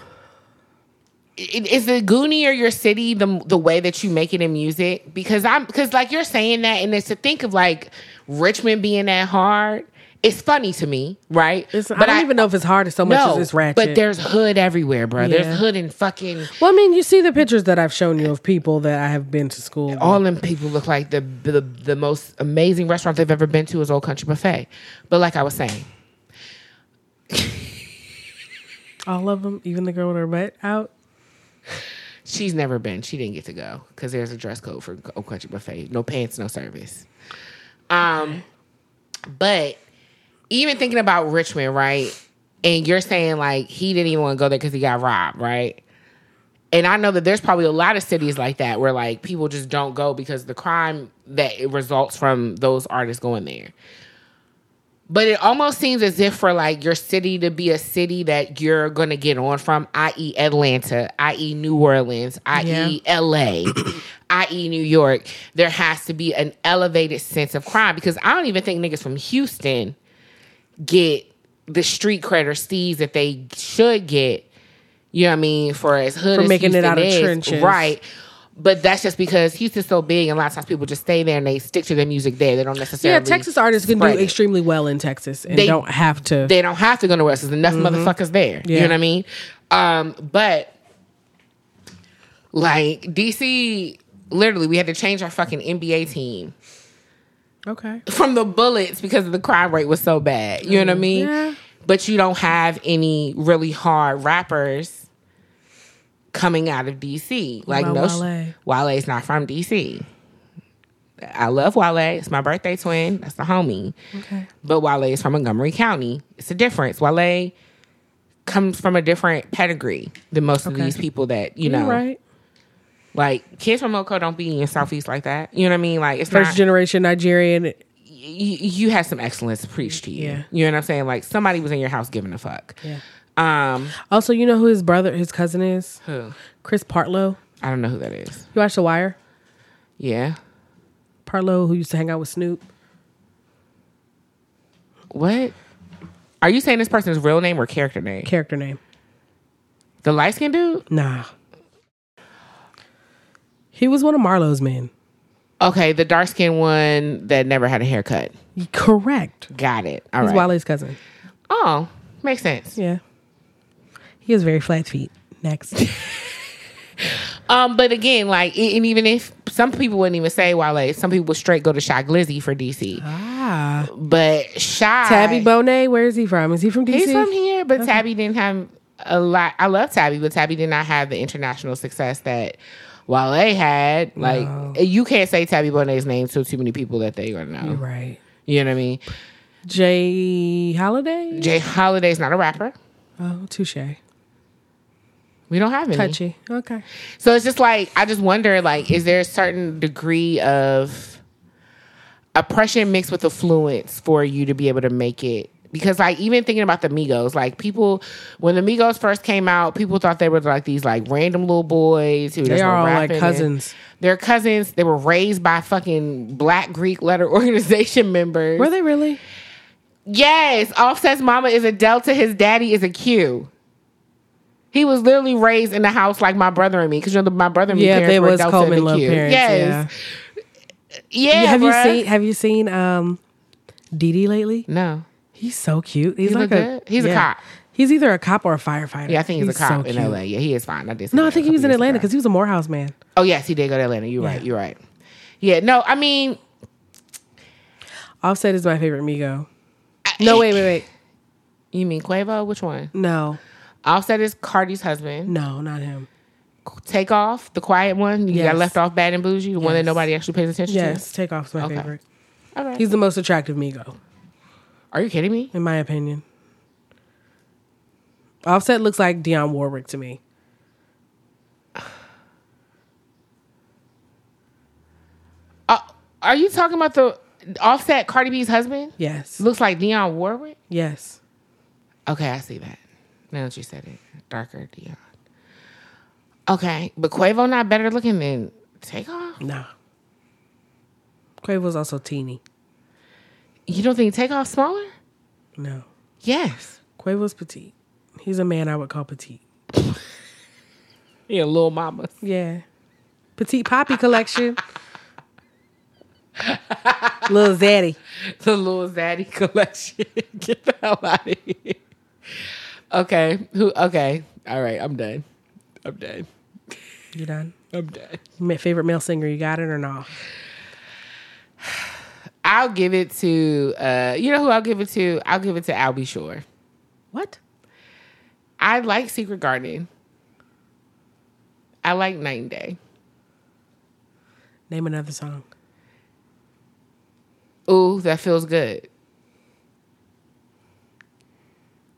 Speaker 5: it- is the Goonie or your city the the way that you make it in music? Because I'm because like you're saying that, and it's to think of like Richmond being that hard. It's funny to me, right?
Speaker 7: It's, I don't even know if it's hard or so much as it's ratchet.
Speaker 5: But there's hood everywhere, bro.
Speaker 7: Yeah.
Speaker 5: There's hood and fucking
Speaker 7: well, I mean, you see the pictures that I've shown you of people that I have been to school. with.
Speaker 5: all them people look like the, the the most amazing restaurant they've ever been to is Old Country Buffet. But like I was saying,
Speaker 7: all of them, even the girl with her butt out.
Speaker 5: She's never been. She didn't get to go because there's a dress code for Old Country Buffet. No pants, no service. Um, but even thinking about Richmond, right? And you're saying like he didn't even want to go there because he got robbed, right? And I know that there's probably a lot of cities like that where like people just don't go because the crime that it results from those artists going there. But it almost seems as if for like your city to be a city that you're gonna get on from, i.e. Atlanta, i.e. New Orleans, e i.e. LA, i.e. e New York, there has to be an elevated sense of crime because I don't even think niggas from Houston get the street cred or steeds that they should get, you know what I mean, for as hood
Speaker 7: For
Speaker 5: as
Speaker 7: making it
Speaker 5: Houston
Speaker 7: out of
Speaker 5: is.
Speaker 7: trenches.
Speaker 5: Right. But that's just because Houston's so big and a lot of times people just stay there and they stick to their music there. They don't necessarily
Speaker 7: Yeah, Texas artists can do
Speaker 5: spread it.
Speaker 7: extremely well in Texas and
Speaker 5: They-
Speaker 7: don't have to.
Speaker 5: they don't have to go nowhere else. There's enough motherfuckers there. You
Speaker 7: Mm-hmm. Yeah.
Speaker 5: know what I mean? Um, but like DC, literally, we had to change our fucking NBA team
Speaker 7: okay.
Speaker 5: from the bullets because the crime rate was so bad. You know what I mean?
Speaker 7: Mm-hmm. Yeah.
Speaker 5: But you don't have any really hard rappers coming out of DC. Like
Speaker 7: about
Speaker 5: no,
Speaker 7: Wale?
Speaker 5: sh- Wale's not from DC. I love Wale. It's my birthday twin. That's the homie.
Speaker 7: Okay.
Speaker 5: But Wale is from Montgomery County. It's a difference. Wale comes from a different pedigree than most of these people that you know
Speaker 7: You're right.
Speaker 5: Like kids from Moko don't be in Southeast like that. You know what I mean? Like it's
Speaker 7: First
Speaker 5: not.
Speaker 7: generation Nigerian.
Speaker 5: you, you had some excellence preached to you.
Speaker 7: Yeah.
Speaker 5: You know what I'm saying? Like somebody was in your house giving a fuck.
Speaker 7: Yeah.
Speaker 5: Um.
Speaker 7: Also, you know who his brother, his cousin is?
Speaker 5: Who?
Speaker 7: Chris Partlow.
Speaker 5: I don't know who that is.
Speaker 7: You watch The Wire?
Speaker 5: Yeah.
Speaker 7: Partlow, who used to hang out with Snoop.
Speaker 5: What? Are you saying this person's real name or character name?
Speaker 7: Character name.
Speaker 5: The light skinned dude?
Speaker 7: Nah. He was one of Marlowe's men.
Speaker 5: Okay, the dark skinned one that never had a haircut.
Speaker 7: Correct.
Speaker 5: Got it. All
Speaker 7: He's
Speaker 5: right.
Speaker 7: Wale's cousin.
Speaker 5: Oh, makes sense.
Speaker 7: Yeah. He has very flat feet. Next.
Speaker 5: Um, but again, like, e- and even if some people wouldn't even say Wale, some people would straight go to Shy Glizzy for DC.
Speaker 7: ah.
Speaker 5: But Shy
Speaker 7: Tabby Bonet, where is he from? Is he from DC?
Speaker 5: He's from here, but Tabby didn't have a lot. I love Tabby, but Tabby did not have the international success that Wale had. Like, you can't say Tabby Bonet's name to too many people that they gonna know.
Speaker 7: Right.
Speaker 5: You know what I mean?
Speaker 7: Jay Holiday?
Speaker 5: Jay Holiday's not a rapper.
Speaker 7: Oh, touche.
Speaker 5: We don't have any.
Speaker 7: Touchy. Okay.
Speaker 5: So it's just like I just wonder, like, is there a certain degree of oppression mixed with affluence for you to be able to make it? Because like even thinking about the Migos, like people when the Migos first came out, people thought they were like these like random little boys who
Speaker 7: They
Speaker 5: just were
Speaker 7: are all like
Speaker 5: rapping and-
Speaker 7: cousins.
Speaker 5: They're cousins. They were raised by fucking black Greek letter organization members.
Speaker 7: Were they really?
Speaker 5: Yes, Offset's mama is a Delta. His daddy is a Q. He was literally raised in the house like my brother and me because you know the- my brother and me
Speaker 7: Yeah,
Speaker 5: parents
Speaker 7: they
Speaker 5: were
Speaker 7: was
Speaker 5: Delta
Speaker 7: Coleman
Speaker 5: and a
Speaker 7: Love
Speaker 5: Q.
Speaker 7: parents,
Speaker 5: Yes, yeah.
Speaker 7: Yeah, have
Speaker 5: bruh.
Speaker 7: you seen have you seen um Dee Dee lately?
Speaker 5: No.
Speaker 7: He's so cute. He's
Speaker 5: He
Speaker 7: like
Speaker 5: look
Speaker 7: a
Speaker 5: good? He's a cop.
Speaker 7: He's either a cop or a firefighter.
Speaker 5: Yeah, I think he's, a
Speaker 7: so
Speaker 5: cop in
Speaker 7: cute.
Speaker 5: LA. Yeah, he is fine. I did. see
Speaker 7: No, I
Speaker 5: that
Speaker 7: think
Speaker 5: a
Speaker 7: he was
Speaker 5: couple
Speaker 7: in
Speaker 5: years
Speaker 7: Atlanta
Speaker 5: ago.
Speaker 7: because he was a Morehouse man.
Speaker 5: Oh yes, he did go to Atlanta. You're right.
Speaker 7: Yeah.
Speaker 5: You're right. Yeah. No, I mean,
Speaker 7: Offset is my favorite Migo. No, wait, wait, wait.
Speaker 5: you mean Quavo? Which one?
Speaker 7: No,
Speaker 5: Offset is Cardi's husband.
Speaker 7: no, not him.
Speaker 5: Take off the quiet one. You
Speaker 7: Yes.
Speaker 5: got left off bad and bougie, the one that
Speaker 7: Yes.
Speaker 5: nobody actually pays attention
Speaker 7: Yes, Takeoff's my
Speaker 5: Okay.
Speaker 7: favorite.
Speaker 5: to. All right.
Speaker 7: He's the most attractive Migo,
Speaker 5: Are you kidding me?
Speaker 7: in my opinion. Offset looks like Dionne Warwick to me.
Speaker 5: Uh, are you talking about the Offset Cardi B's husband?
Speaker 7: Yes,
Speaker 5: Looks like Dionne Warwick.
Speaker 7: yes.
Speaker 5: Okay, I see that. Now that you said it, darker Dion. Okay, but Quavo not better looking than Takeoff.
Speaker 7: No. Quavo's also teeny.
Speaker 5: You don't think Takeoff smaller?
Speaker 7: No.
Speaker 5: Yes.
Speaker 7: Quavo's petite. He's a man I would call petite.
Speaker 5: Yeah, little mama.
Speaker 7: Yeah. Petite Poppy collection. Lil Zaddy.
Speaker 5: The little zaddy collection. Get the hell out of here. Okay. Who? Okay. All right. I'm done. I'm done.
Speaker 7: You done?
Speaker 5: I'm done.
Speaker 7: Ma- Favorite male singer, you got it or no?
Speaker 5: I'll give it to. uh You know who I'll give it to? I'll give it to Albie Shore.
Speaker 7: What?
Speaker 5: I like Secret Garden. I like Night and Day.
Speaker 7: Name another song.
Speaker 5: Ooh, that feels good.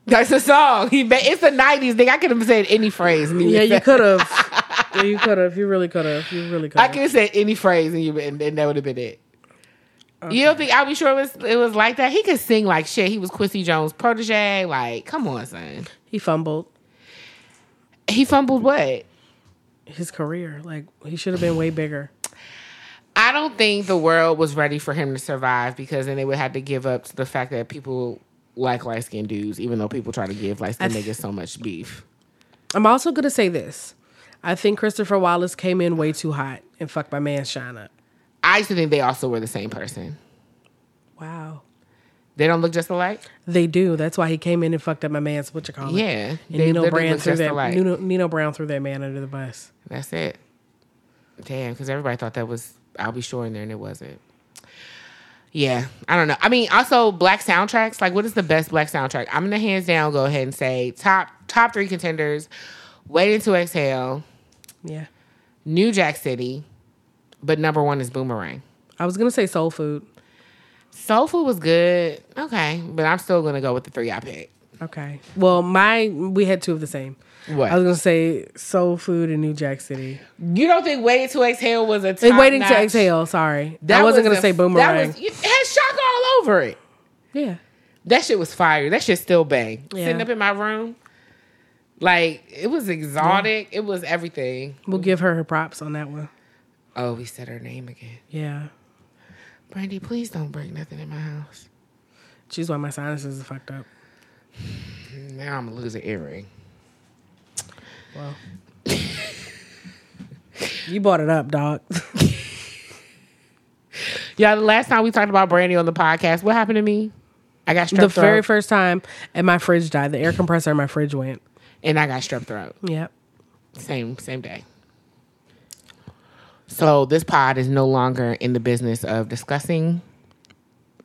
Speaker 5: That's a song. He ma- it's the nineties thing. I could have said any phrase. and you
Speaker 7: Yeah,
Speaker 5: would
Speaker 7: you
Speaker 5: say-
Speaker 7: could have. yeah, you could have. You really could have. You really could
Speaker 5: I
Speaker 7: have.
Speaker 5: could have said any phrase, and you and, and that would have been it. You don't think I'll be sure it was it was like that? He could sing like shit. He was Quincy Jones' protege. Like, come on, son.
Speaker 7: He fumbled
Speaker 5: He fumbled what?
Speaker 7: his career. Like, he should have been way bigger.
Speaker 5: I don't think the world was ready for him to survive because then they would have to give up to the fact that people like light skinned dudes, even though people try to give light skinned niggas so much beef.
Speaker 7: I'm also going to say this. I think Christopher Wallace came in way too hot and fucked my man Shine up.
Speaker 5: I used to think they also were the same person.
Speaker 7: Wow.
Speaker 5: They don't look just alike.
Speaker 7: They do. That's why he came in and fucked up my man's what you call it.
Speaker 5: Yeah,
Speaker 7: And
Speaker 5: they
Speaker 7: Nino
Speaker 5: literally
Speaker 7: Brown
Speaker 5: look
Speaker 7: threw
Speaker 5: just
Speaker 7: that
Speaker 5: alike.
Speaker 7: Nino, Nino Brown threw that man under the bus.
Speaker 5: That's it. Damn, because everybody thought that was I'll be sure in there, and it wasn't. Yeah, I don't know. I mean, also black soundtracks. Like, what is the best black soundtrack? I'm gonna hands down go ahead and say top top three contenders: Waiting to Exhale,
Speaker 7: Yeah.
Speaker 5: New Jack City, but number one is Boomerang.
Speaker 7: I was gonna say soul food.
Speaker 5: Soul Food was good. Okay. But I'm still going to go with the three I picked.
Speaker 7: Okay. Well, my we had two of the same.
Speaker 5: What?
Speaker 7: I was gonna say soul food in New Jack City.
Speaker 5: You don't think Waiting to Exhale was a
Speaker 7: And
Speaker 5: top
Speaker 7: waiting
Speaker 5: notch?
Speaker 7: to exhale. Sorry, I
Speaker 5: was
Speaker 7: wasn't gonna
Speaker 5: a-
Speaker 7: say
Speaker 5: That
Speaker 7: boomerang.
Speaker 5: was, it had shock all over it.
Speaker 7: yeah.
Speaker 5: That shit was fire. That shit still bang.
Speaker 7: Yeah.
Speaker 5: Sitting up in my room, like it was exotic. It was everything.
Speaker 7: We'll give her her props on that one.
Speaker 5: Oh, we said her name again.
Speaker 7: Yeah.
Speaker 5: Brandy, please don't break nothing in my house.
Speaker 7: She's why my sinuses are fucked up.
Speaker 5: Now I'm gonna lose an earring.
Speaker 7: Well. you brought it up, dog.
Speaker 5: Yeah, the last time we talked about Brandy on the podcast, what happened to me? I got strep
Speaker 7: the
Speaker 5: throat,
Speaker 7: very first time, and my fridge died. The air compressor in my fridge went.
Speaker 5: and I got strep throat.
Speaker 7: Yep.
Speaker 5: Same same day. So this pod is no longer in the business of discussing,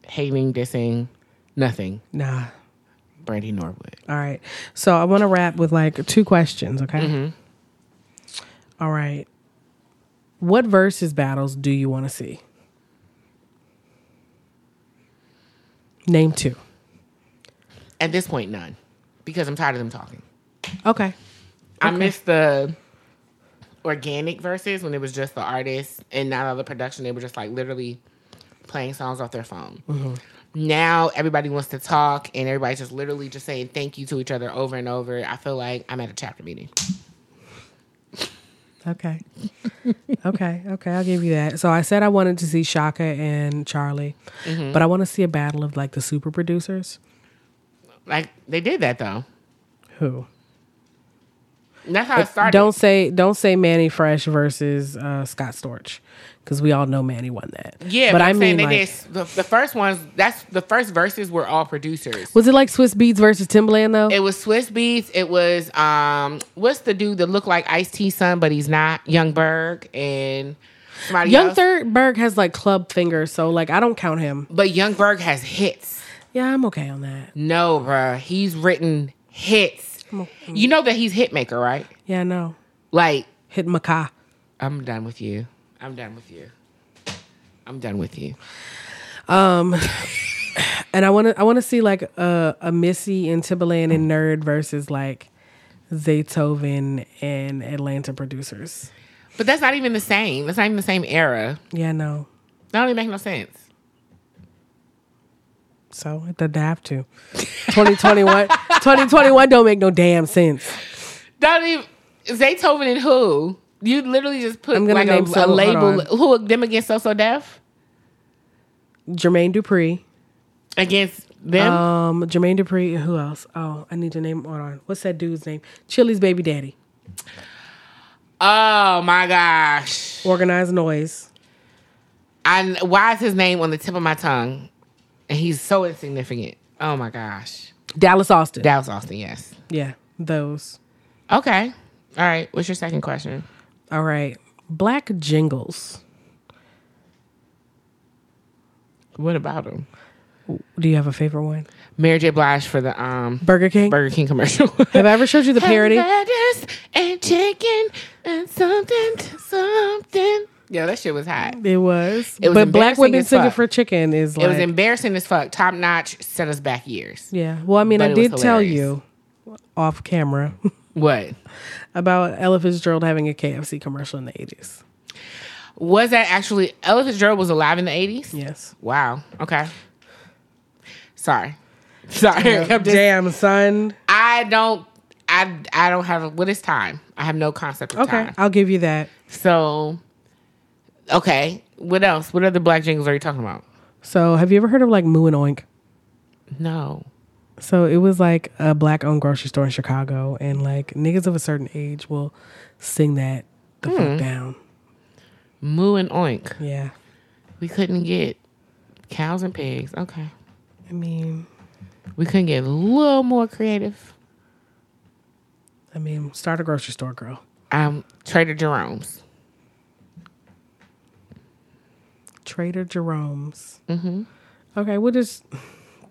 Speaker 5: hating, dissing, nothing.
Speaker 7: Nah.
Speaker 5: Brandy Norwood.
Speaker 7: All right. So I want to wrap with like two questions, okay?
Speaker 5: Mm-hmm.
Speaker 7: All right. What versus battles do you want to see? Name two.
Speaker 5: At this point, none, because I'm tired of them talking.
Speaker 7: Okay.
Speaker 5: I miss the organic verses when it was just the artist and not all the production. They were just like literally playing songs off their phone. Now everybody wants to talk and everybody's just literally just saying thank you to each other over and over. I feel like I'm at a chapter meeting.
Speaker 7: Okay. okay. Okay. I'll give you that. So I said I wanted to see Shaka and Charlie,
Speaker 5: Mm-hmm.
Speaker 7: but I want to see a battle of like the super producers.
Speaker 5: Like they did that though.
Speaker 7: Who?
Speaker 5: And that's how it started.
Speaker 7: Don't say don't say Manny Fresh versus uh, Scott Storch because we all know Manny won that.
Speaker 5: yeah, but, I'm saying they did the, the first ones. That's the first verses were all producers.
Speaker 7: was it like Swiss Beats versus Timbaland though?
Speaker 5: It was Swiss Beats. It was um, what's the dude that looked like Ice T son, but he's not Young Berg and somebody
Speaker 7: Young
Speaker 5: else.
Speaker 7: Thurberg has like club fingers, so like I don't count him.
Speaker 5: but Young Berg has hits.
Speaker 7: Yeah, I'm okay on that.
Speaker 5: No, bruh. he's written hits. You know that he's hit maker, right?
Speaker 7: Yeah, no.
Speaker 5: Like
Speaker 7: Hit Maca.
Speaker 5: I'm done with you. I'm done with you. I'm done with you.
Speaker 7: And I want to I want to see like a a Missy and Timbaland and Nerd versus like Zaytoven and Atlanta producers.
Speaker 5: But that's not even the same. That's not even the same era.
Speaker 7: Yeah, no.
Speaker 5: That don't even make no sense.
Speaker 7: So it doesn't have to. 2021 2021 don't make no damn sense.
Speaker 5: Don't even Zaytoven and who? You literally just put
Speaker 7: I'm gonna
Speaker 5: like a,
Speaker 7: name
Speaker 5: a
Speaker 7: some- hold
Speaker 5: label.
Speaker 7: on.
Speaker 5: Who them against So So Def?
Speaker 7: Jermaine Dupree.
Speaker 5: Against them?
Speaker 7: Um Jermaine Dupree, who else? Oh, I need to name hold on. What's that dude's name? Chili's baby daddy.
Speaker 5: oh my gosh!
Speaker 7: Organized noise.
Speaker 5: I why is his name on the tip of my tongue? And he's so insignificant. Oh my gosh!
Speaker 7: Dallas Austin.
Speaker 5: Dallas Austin, yes.
Speaker 7: yeah, those.
Speaker 5: Okay. All right. What's your second question?
Speaker 7: All right. Black jingles.
Speaker 5: What about him?
Speaker 7: Do you have a favorite one?
Speaker 5: Mary J. Blige for the um
Speaker 7: Burger King.
Speaker 5: Burger King commercial.
Speaker 7: have I ever showed you the parody?
Speaker 5: Hamburgers and chicken and something, something. Yeah, that shit was hot.
Speaker 7: It was.
Speaker 5: It was
Speaker 7: but black
Speaker 5: embarrassing
Speaker 7: women
Speaker 5: as
Speaker 7: singing
Speaker 5: fuck.
Speaker 7: for chicken is like
Speaker 5: It was embarrassing as fuck. Top notch set us back years.
Speaker 7: Yeah. Well, I mean,
Speaker 5: But
Speaker 7: I
Speaker 5: it was
Speaker 7: did tell
Speaker 5: hilarious.
Speaker 7: you off camera
Speaker 5: What?
Speaker 7: about Ella Fitzgerald having a KFC commercial in the 80s.
Speaker 5: Was that actually Ella Fitzgerald was alive in the eighties?
Speaker 7: Yes.
Speaker 5: Wow. Okay. Sorry. Sorry. I'm just-
Speaker 7: Damn, son.
Speaker 5: I don't I I don't have a, what is time? I have no concept of
Speaker 7: Okay.
Speaker 5: time.
Speaker 7: I'll give you that.
Speaker 5: So, okay. What else? What other black jingles are you talking about?
Speaker 7: So, have you ever heard of like Moo and Oink?
Speaker 5: No.
Speaker 7: So, it was like a black owned grocery store in Chicago, and like niggas of a certain age will sing that the
Speaker 5: Hmm.
Speaker 7: fuck down.
Speaker 5: Moo and oink.
Speaker 7: Yeah.
Speaker 5: We couldn't get cows and pigs. Okay.
Speaker 7: I mean,
Speaker 5: We couldn't get a little more creative.
Speaker 7: I mean, start a grocery store, girl.
Speaker 5: Um, Trader Jerome's.
Speaker 7: Trader Jerome's. Mm-hmm. Okay, what does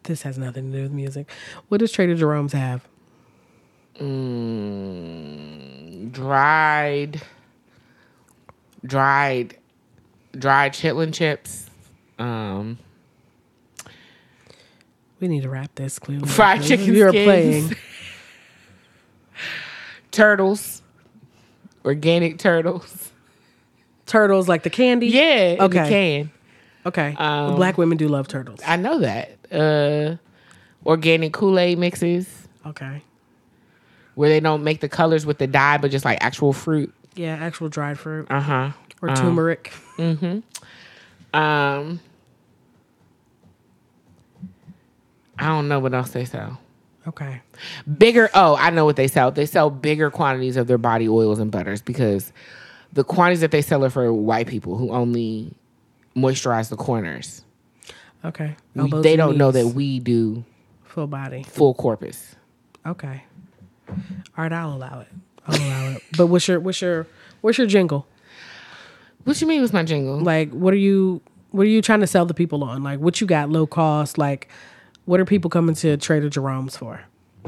Speaker 7: this has nothing to do with music? What does Trader Jerome's have?
Speaker 5: Hmm, Dried, dried, dried chitlin chips. Um,
Speaker 7: We need to wrap this clearly.
Speaker 5: Fried chicken
Speaker 7: You're
Speaker 5: skins.
Speaker 7: playing.
Speaker 5: turtles, organic turtles.
Speaker 7: Turtles like the candy.
Speaker 5: Yeah, okay.
Speaker 7: Okay.
Speaker 5: in the can.
Speaker 7: Okay.
Speaker 5: Um,
Speaker 7: Black women do love turtles.
Speaker 5: I know that. Uh, organic Kool Aid mixes
Speaker 7: okay.
Speaker 5: where they don't make the colors with the dye, but just like actual fruit.
Speaker 7: Yeah, actual dried fruit
Speaker 5: Uh huh.
Speaker 7: or turmeric.
Speaker 5: Um, I don't know what else they sell.
Speaker 7: Okay.
Speaker 5: Bigger. Oh, I know what they sell. They sell bigger quantities of their body oils and butters because the quantities that they sell are for white people who only moisturize the corners.
Speaker 7: Okay.
Speaker 5: We-
Speaker 7: Elbows
Speaker 5: they
Speaker 7: and
Speaker 5: don't know that
Speaker 7: knees,
Speaker 5: we do
Speaker 7: full body.
Speaker 5: full corpus.
Speaker 7: Okay. All right, I'll allow it. I'll allow it. But what's your what's your what's your jingle?
Speaker 5: What you mean with my jingle?
Speaker 7: Like, what are you what are you trying to sell the people on? Like, what you got low cost? Like, what are people coming to Trader Jerome's for?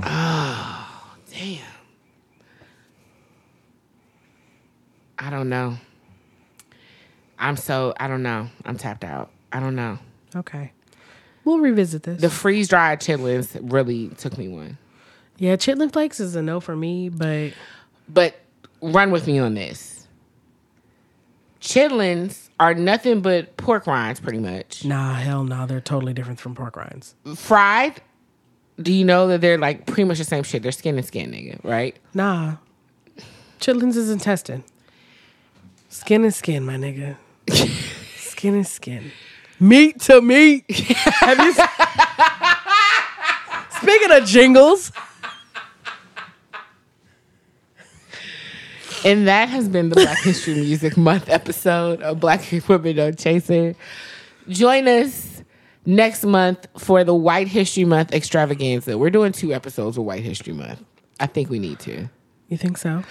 Speaker 5: Damn. I don't know. I'm so I don't know. I'm tapped out. I don't know.
Speaker 7: Okay, we'll revisit this.
Speaker 5: The freeze dried chitlins really took me one.
Speaker 7: yeah, chitlin flakes is a no for me, but
Speaker 5: But run with me on this. Chitlins are nothing but pork rinds pretty much.
Speaker 7: nah, hell no, they're totally different from pork rinds.
Speaker 5: Fried, do you know that they're like pretty much the same shit? They're skin and skin, nigga, right?
Speaker 7: Nah, chitlins is intestine. Skin is skin, my nigga. skin is skin. Meat to meat. Have you s- Speaking of jingles,
Speaker 5: And that has been the Black History Music Month episode of Black Women Don't Chaser. Join us next month for the White History Month extravaganza. We're doing two episodes with White History Month. I think we need to.
Speaker 7: you think so?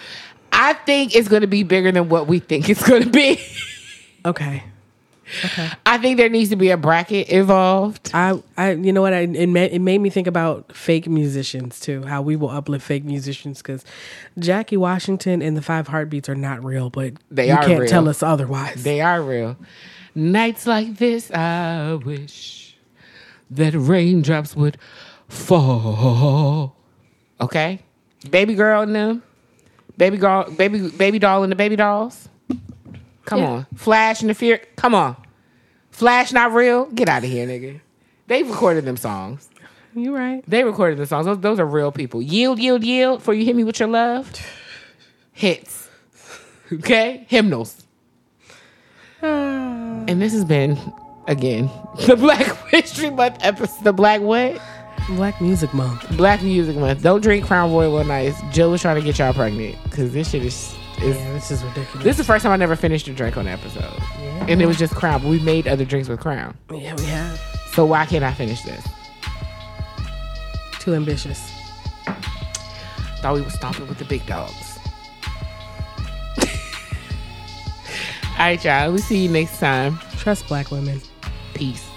Speaker 5: I think it's going to be bigger than what we think it's going to be.
Speaker 7: Okay.
Speaker 5: I think there needs to be a bracket involved.
Speaker 7: I, I, you know what? I, it, made, it made me think about fake musicians too. How we will uplift fake musicians because Jackie Washington and the Five Heartbeats are not real, but
Speaker 5: They
Speaker 7: you
Speaker 5: are
Speaker 7: can't
Speaker 5: real.
Speaker 7: tell us otherwise.
Speaker 5: They are real. Nights like this, I wish that raindrops would fall. Okay, baby girl and them, baby girl, baby baby doll and the baby dolls. Come on, Flash and the Fear. Come on, Flash not real. Get out of here, nigga. They recorded them songs.
Speaker 7: you right?
Speaker 5: They recorded the songs. Those, those are real people. Yield, yield, yield. For you hit me with your love. Hits. Okay? Hymnals. and this has been, again, the Black History Month episode. The Black what?
Speaker 7: Black Music Month.
Speaker 5: Black Music Month. Don't drink Crown Royal on ice. Jill was trying to get y'all pregnant because this shit is. is
Speaker 7: Yeah, this is ridiculous.
Speaker 5: this is the first time I never finished a drink on an episode. And it was just Crown, but we made other drinks with Crown.
Speaker 7: yeah, we have
Speaker 5: So why can't I finish this?
Speaker 7: too ambitious.
Speaker 5: Thought we was stomping with the big dogs. All right, y'all. We'll see you next time.
Speaker 7: Trust black women.
Speaker 5: Peace.